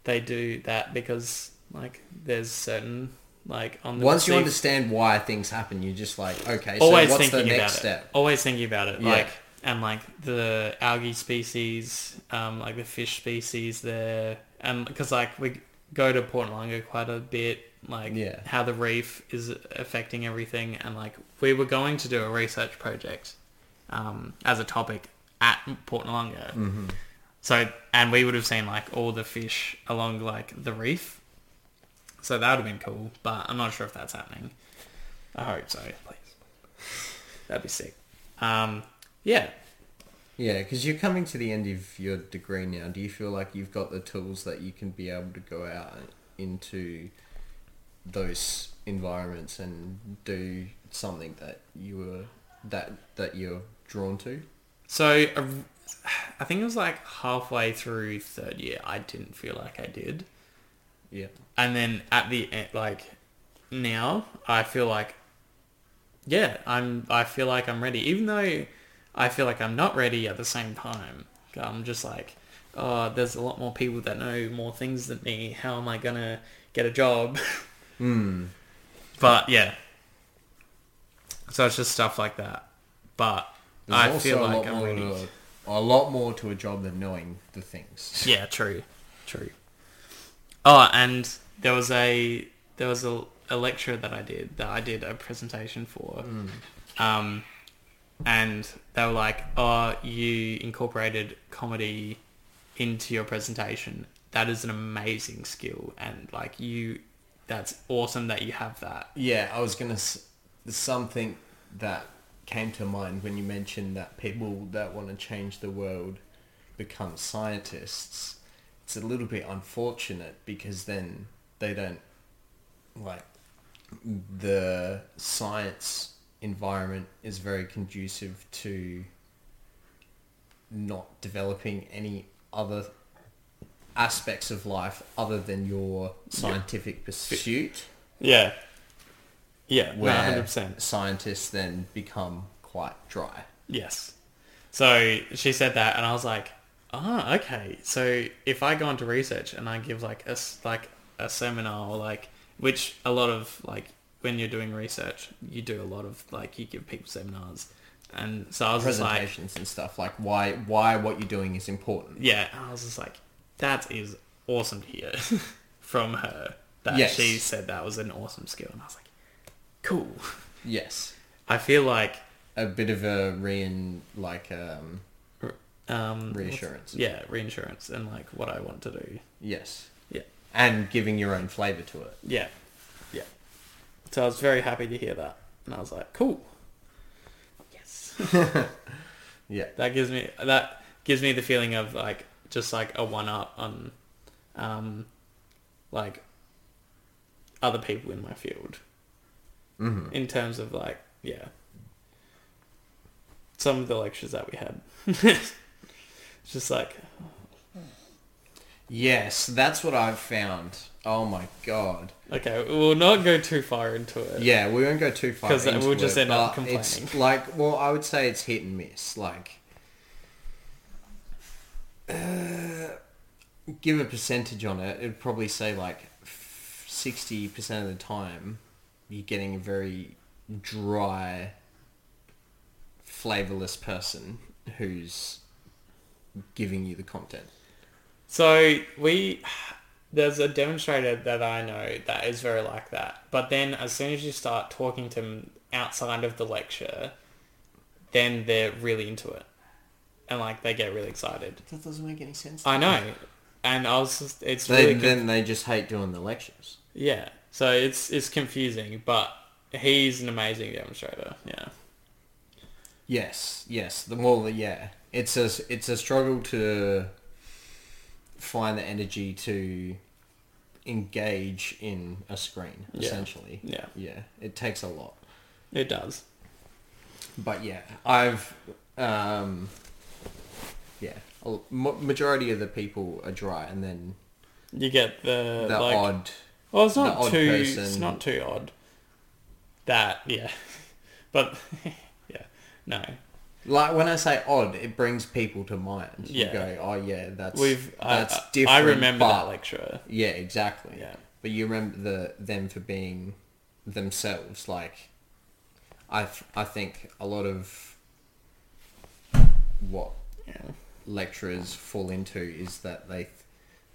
[SPEAKER 1] they do that because like there's certain like on the
[SPEAKER 2] Once you
[SPEAKER 1] sea-
[SPEAKER 2] understand why things happen, you're just like, okay, so
[SPEAKER 1] always
[SPEAKER 2] what's
[SPEAKER 1] thinking
[SPEAKER 2] the next
[SPEAKER 1] about
[SPEAKER 2] step?
[SPEAKER 1] it. Always thinking about it,
[SPEAKER 2] Yeah.
[SPEAKER 1] like and like the algae species, um, like the fish species there, and because like we go to Port Longa quite a bit, like
[SPEAKER 2] Yeah.
[SPEAKER 1] how the reef is affecting everything, and like we were going to do a research project um, as a topic at Port Longa. So and we would have seen like all the fish along like the reef. So that would have been cool, but I'm not sure if that's happening. I hope so, please. That'd be sick. Um, yeah.
[SPEAKER 2] Yeah, because you're coming to the end of your degree now. Do you feel like you've got the tools that you can be able to go out into those environments and do something that you were that that you're drawn to?
[SPEAKER 1] So uh, I think it was like halfway through third year, I didn't feel like I did,
[SPEAKER 2] Yeah.
[SPEAKER 1] and then at the end, like now, I feel like yeah, I'm. I feel like I'm ready, even though I feel like I'm not ready at the same time. I'm just like, oh, there's a lot more people that know more things than me. How am I gonna get a job?
[SPEAKER 2] Mm.
[SPEAKER 1] But yeah. So it's just stuff like that. But
[SPEAKER 2] There's
[SPEAKER 1] I
[SPEAKER 2] also
[SPEAKER 1] feel
[SPEAKER 2] a
[SPEAKER 1] like
[SPEAKER 2] lot
[SPEAKER 1] I'm
[SPEAKER 2] more
[SPEAKER 1] ready.
[SPEAKER 2] to a, a lot more to a job than knowing the things.
[SPEAKER 1] Yeah, true. True. Oh, and there was a there was a, a lecture that I did that I did a presentation for. Um and they were like, "Oh, you incorporated comedy into your presentation. That is an amazing skill and like you that's awesome that you have that."
[SPEAKER 2] Yeah, I was gonna. s- Something that came to mind when you mentioned that people that want to change the world become scientists, it's a little bit unfortunate because then they don't like the science environment is very conducive to not developing any other aspects of life other than your scientific pursuit
[SPEAKER 1] Yeah. Yeah, no,
[SPEAKER 2] where
[SPEAKER 1] 100%.
[SPEAKER 2] scientists then become quite dry.
[SPEAKER 1] Yes. So she said that, and I was like, ah, okay. So if I go into research and I give like a s- like a seminar or like which a lot of like when you're doing research, you do a lot of like you give people seminars, and so I was just like,
[SPEAKER 2] Presentations and stuff like why why what you're doing is important.
[SPEAKER 1] yeah, and I was just like, that is awesome to hear from her that
[SPEAKER 2] Yes.
[SPEAKER 1] she said that was an awesome skill, and I was like, cool.
[SPEAKER 2] Yes,
[SPEAKER 1] I feel like
[SPEAKER 2] a bit of a rein like um
[SPEAKER 1] um,
[SPEAKER 2] Reassurance.
[SPEAKER 1] yeah, reinsurance, and like what I want to do,
[SPEAKER 2] yes,
[SPEAKER 1] yeah.
[SPEAKER 2] and giving your own flavor to it.
[SPEAKER 1] Yeah. Yeah. So I was very happy to hear that. And I was like, cool. Yes.
[SPEAKER 2] Yeah,
[SPEAKER 1] that gives me that gives me the feeling of like just like a one up on um like other people in my field.
[SPEAKER 2] Mhm.
[SPEAKER 1] In terms of like, yeah. Some of the lectures that we had. it's just like
[SPEAKER 2] yes, that's what I've found. Oh my god.
[SPEAKER 1] okay, we'll not go too far into it.
[SPEAKER 2] Yeah, we won't go too far
[SPEAKER 1] 'Cause then
[SPEAKER 2] into
[SPEAKER 1] we'll just
[SPEAKER 2] it,
[SPEAKER 1] end up
[SPEAKER 2] but It's
[SPEAKER 1] complaining.
[SPEAKER 2] like, well, I would say it's hit and miss. Like, uh, give a percentage on it, it'd probably say like sixty percent of the time you're getting a very dry, flavorless person who's giving you the content.
[SPEAKER 1] So we there's a demonstrator that I know that is very like that. But then as soon as you start talking to them outside of the lecture, then they're really into it. And like they get really excited.
[SPEAKER 2] That doesn't make any sense.
[SPEAKER 1] I know. And I was just, it's
[SPEAKER 2] They,
[SPEAKER 1] really conf-
[SPEAKER 2] then they just hate doing the lectures.
[SPEAKER 1] yeah. So it's it's confusing, but he's an amazing demonstrator. Yeah.
[SPEAKER 2] Yes, yes. The more, the yeah. It's a it's a struggle to find the energy to engage in a screen.
[SPEAKER 1] Yeah.
[SPEAKER 2] Essentially,
[SPEAKER 1] Yeah.
[SPEAKER 2] yeah. It takes a lot,
[SPEAKER 1] It does.
[SPEAKER 2] but yeah, I've um, yeah. a l- ma- majority of the people are dry, and then
[SPEAKER 1] You get the,
[SPEAKER 2] the
[SPEAKER 1] like
[SPEAKER 2] odd.
[SPEAKER 1] Well, it's
[SPEAKER 2] the
[SPEAKER 1] not
[SPEAKER 2] odd
[SPEAKER 1] too. It's
[SPEAKER 2] person.
[SPEAKER 1] not too odd. That yeah, but yeah, no.
[SPEAKER 2] Like when I say odd, it brings people to mind.
[SPEAKER 1] Yeah.
[SPEAKER 2] You go, oh yeah, that's
[SPEAKER 1] We've
[SPEAKER 2] that's
[SPEAKER 1] I, I-
[SPEAKER 2] different.
[SPEAKER 1] I remember
[SPEAKER 2] but
[SPEAKER 1] that lecturer.
[SPEAKER 2] Yeah, exactly.
[SPEAKER 1] Yeah.
[SPEAKER 2] But you remember the them for being themselves. Like, I th- I think a lot of what
[SPEAKER 1] Yeah.
[SPEAKER 2] lecturers fall into is that they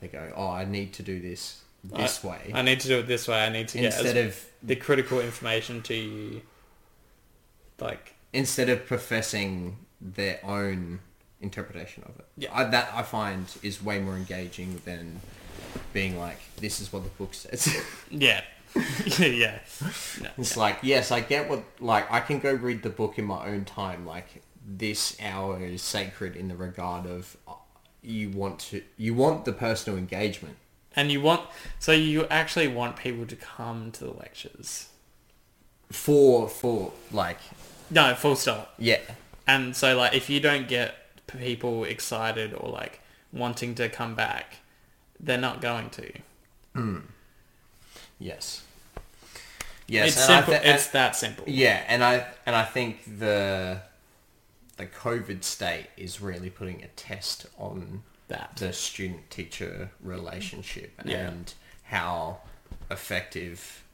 [SPEAKER 2] they go, oh, I need to do this
[SPEAKER 1] I-
[SPEAKER 2] this way
[SPEAKER 1] I need to do it this way. I need to get
[SPEAKER 2] instead
[SPEAKER 1] as,
[SPEAKER 2] of
[SPEAKER 1] the critical information to you. Like
[SPEAKER 2] instead of professing their own interpretation of it.
[SPEAKER 1] Yeah.
[SPEAKER 2] I, that I find is way more engaging than being like, this is what the book says.
[SPEAKER 1] yeah, yeah, no,
[SPEAKER 2] It's like, yes, I get what, like, I can go read the book in my own time. Like, this hour is sacred in the regard of uh, you want to, you want the personal engagement.
[SPEAKER 1] and you want so you actually want people to come to the lectures.
[SPEAKER 2] For, for, like,
[SPEAKER 1] No, full stop.
[SPEAKER 2] yeah.
[SPEAKER 1] And so like if you don't get people excited or like wanting to come back, they're not going to.
[SPEAKER 2] Yes. Yes.
[SPEAKER 1] it's
[SPEAKER 2] and I
[SPEAKER 1] simple.
[SPEAKER 2] thi-
[SPEAKER 1] it's that simple.
[SPEAKER 2] Yeah, and I and I think the the COVID state is really putting a test on
[SPEAKER 1] That.
[SPEAKER 2] the student teacher relationship
[SPEAKER 1] Yeah.
[SPEAKER 2] and how effective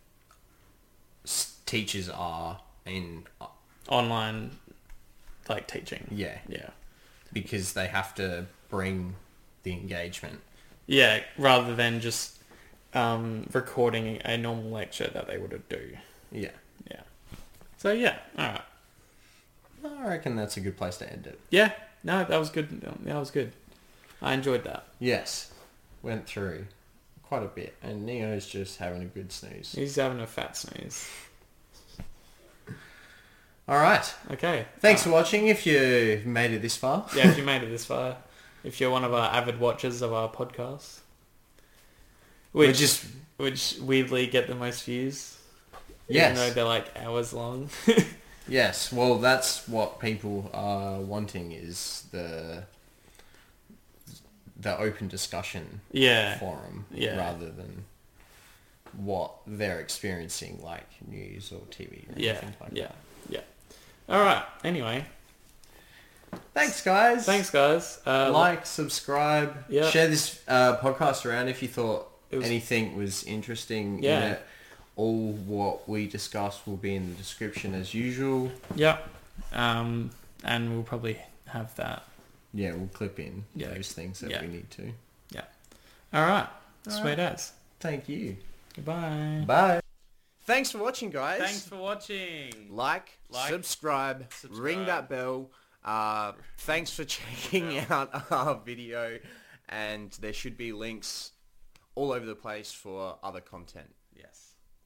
[SPEAKER 2] s- teachers are in uh,
[SPEAKER 1] Online, like teaching.
[SPEAKER 2] yeah
[SPEAKER 1] Yeah.
[SPEAKER 2] because they have to bring the engagement
[SPEAKER 1] Yeah. Rather than just um, recording a normal lecture that they would do.
[SPEAKER 2] yeah
[SPEAKER 1] Yeah. So yeah. All right.
[SPEAKER 2] I reckon that's a good place to end it
[SPEAKER 1] Yeah. No, that was good. That was good. I enjoyed that.
[SPEAKER 2] yes went through quite a bit and Neo's just having a good snooze
[SPEAKER 1] He's having a fat sneeze.
[SPEAKER 2] all right
[SPEAKER 1] Okay.
[SPEAKER 2] Thanks for watching. If you made it this far,
[SPEAKER 1] yeah, if you made it this far, if you're one of our avid watchers of our podcast,
[SPEAKER 2] We're
[SPEAKER 1] which
[SPEAKER 2] just
[SPEAKER 1] which weirdly get the most views.
[SPEAKER 2] yes,
[SPEAKER 1] Even though they're like hours long.
[SPEAKER 2] yes. Well, that's what people are wanting is the the open discussion
[SPEAKER 1] yeah.
[SPEAKER 2] forum
[SPEAKER 1] Yeah.
[SPEAKER 2] rather than what they're experiencing like news or TV or
[SPEAKER 1] Yeah.
[SPEAKER 2] anything like
[SPEAKER 1] yeah.
[SPEAKER 2] that.
[SPEAKER 1] Yeah. All right. Anyway,
[SPEAKER 2] Thanks guys.
[SPEAKER 1] thanks guys. Uh,
[SPEAKER 2] like, subscribe,
[SPEAKER 1] Yeah.
[SPEAKER 2] share this uh, podcast around if you thought
[SPEAKER 1] It was-
[SPEAKER 2] anything was interesting.
[SPEAKER 1] Yeah.
[SPEAKER 2] In it. All what we discussed will be in the description as usual.
[SPEAKER 1] Yeah. Um, and we'll probably have that.
[SPEAKER 2] Yeah, we'll clip in
[SPEAKER 1] Yeah.
[SPEAKER 2] those things that
[SPEAKER 1] Yeah.
[SPEAKER 2] we need to.
[SPEAKER 1] All right.
[SPEAKER 2] All
[SPEAKER 1] Sweet
[SPEAKER 2] right.
[SPEAKER 1] as.
[SPEAKER 2] Thank you.
[SPEAKER 1] Goodbye.
[SPEAKER 2] Bye. Thanks for watching, guys.
[SPEAKER 1] Thanks for watching.
[SPEAKER 2] like,
[SPEAKER 1] Like,
[SPEAKER 2] subscribe, ring
[SPEAKER 1] subscribe.
[SPEAKER 2] that bell. Uh, thanks for checking out our video, and there should be links all over the place for other content.
[SPEAKER 1] Yes.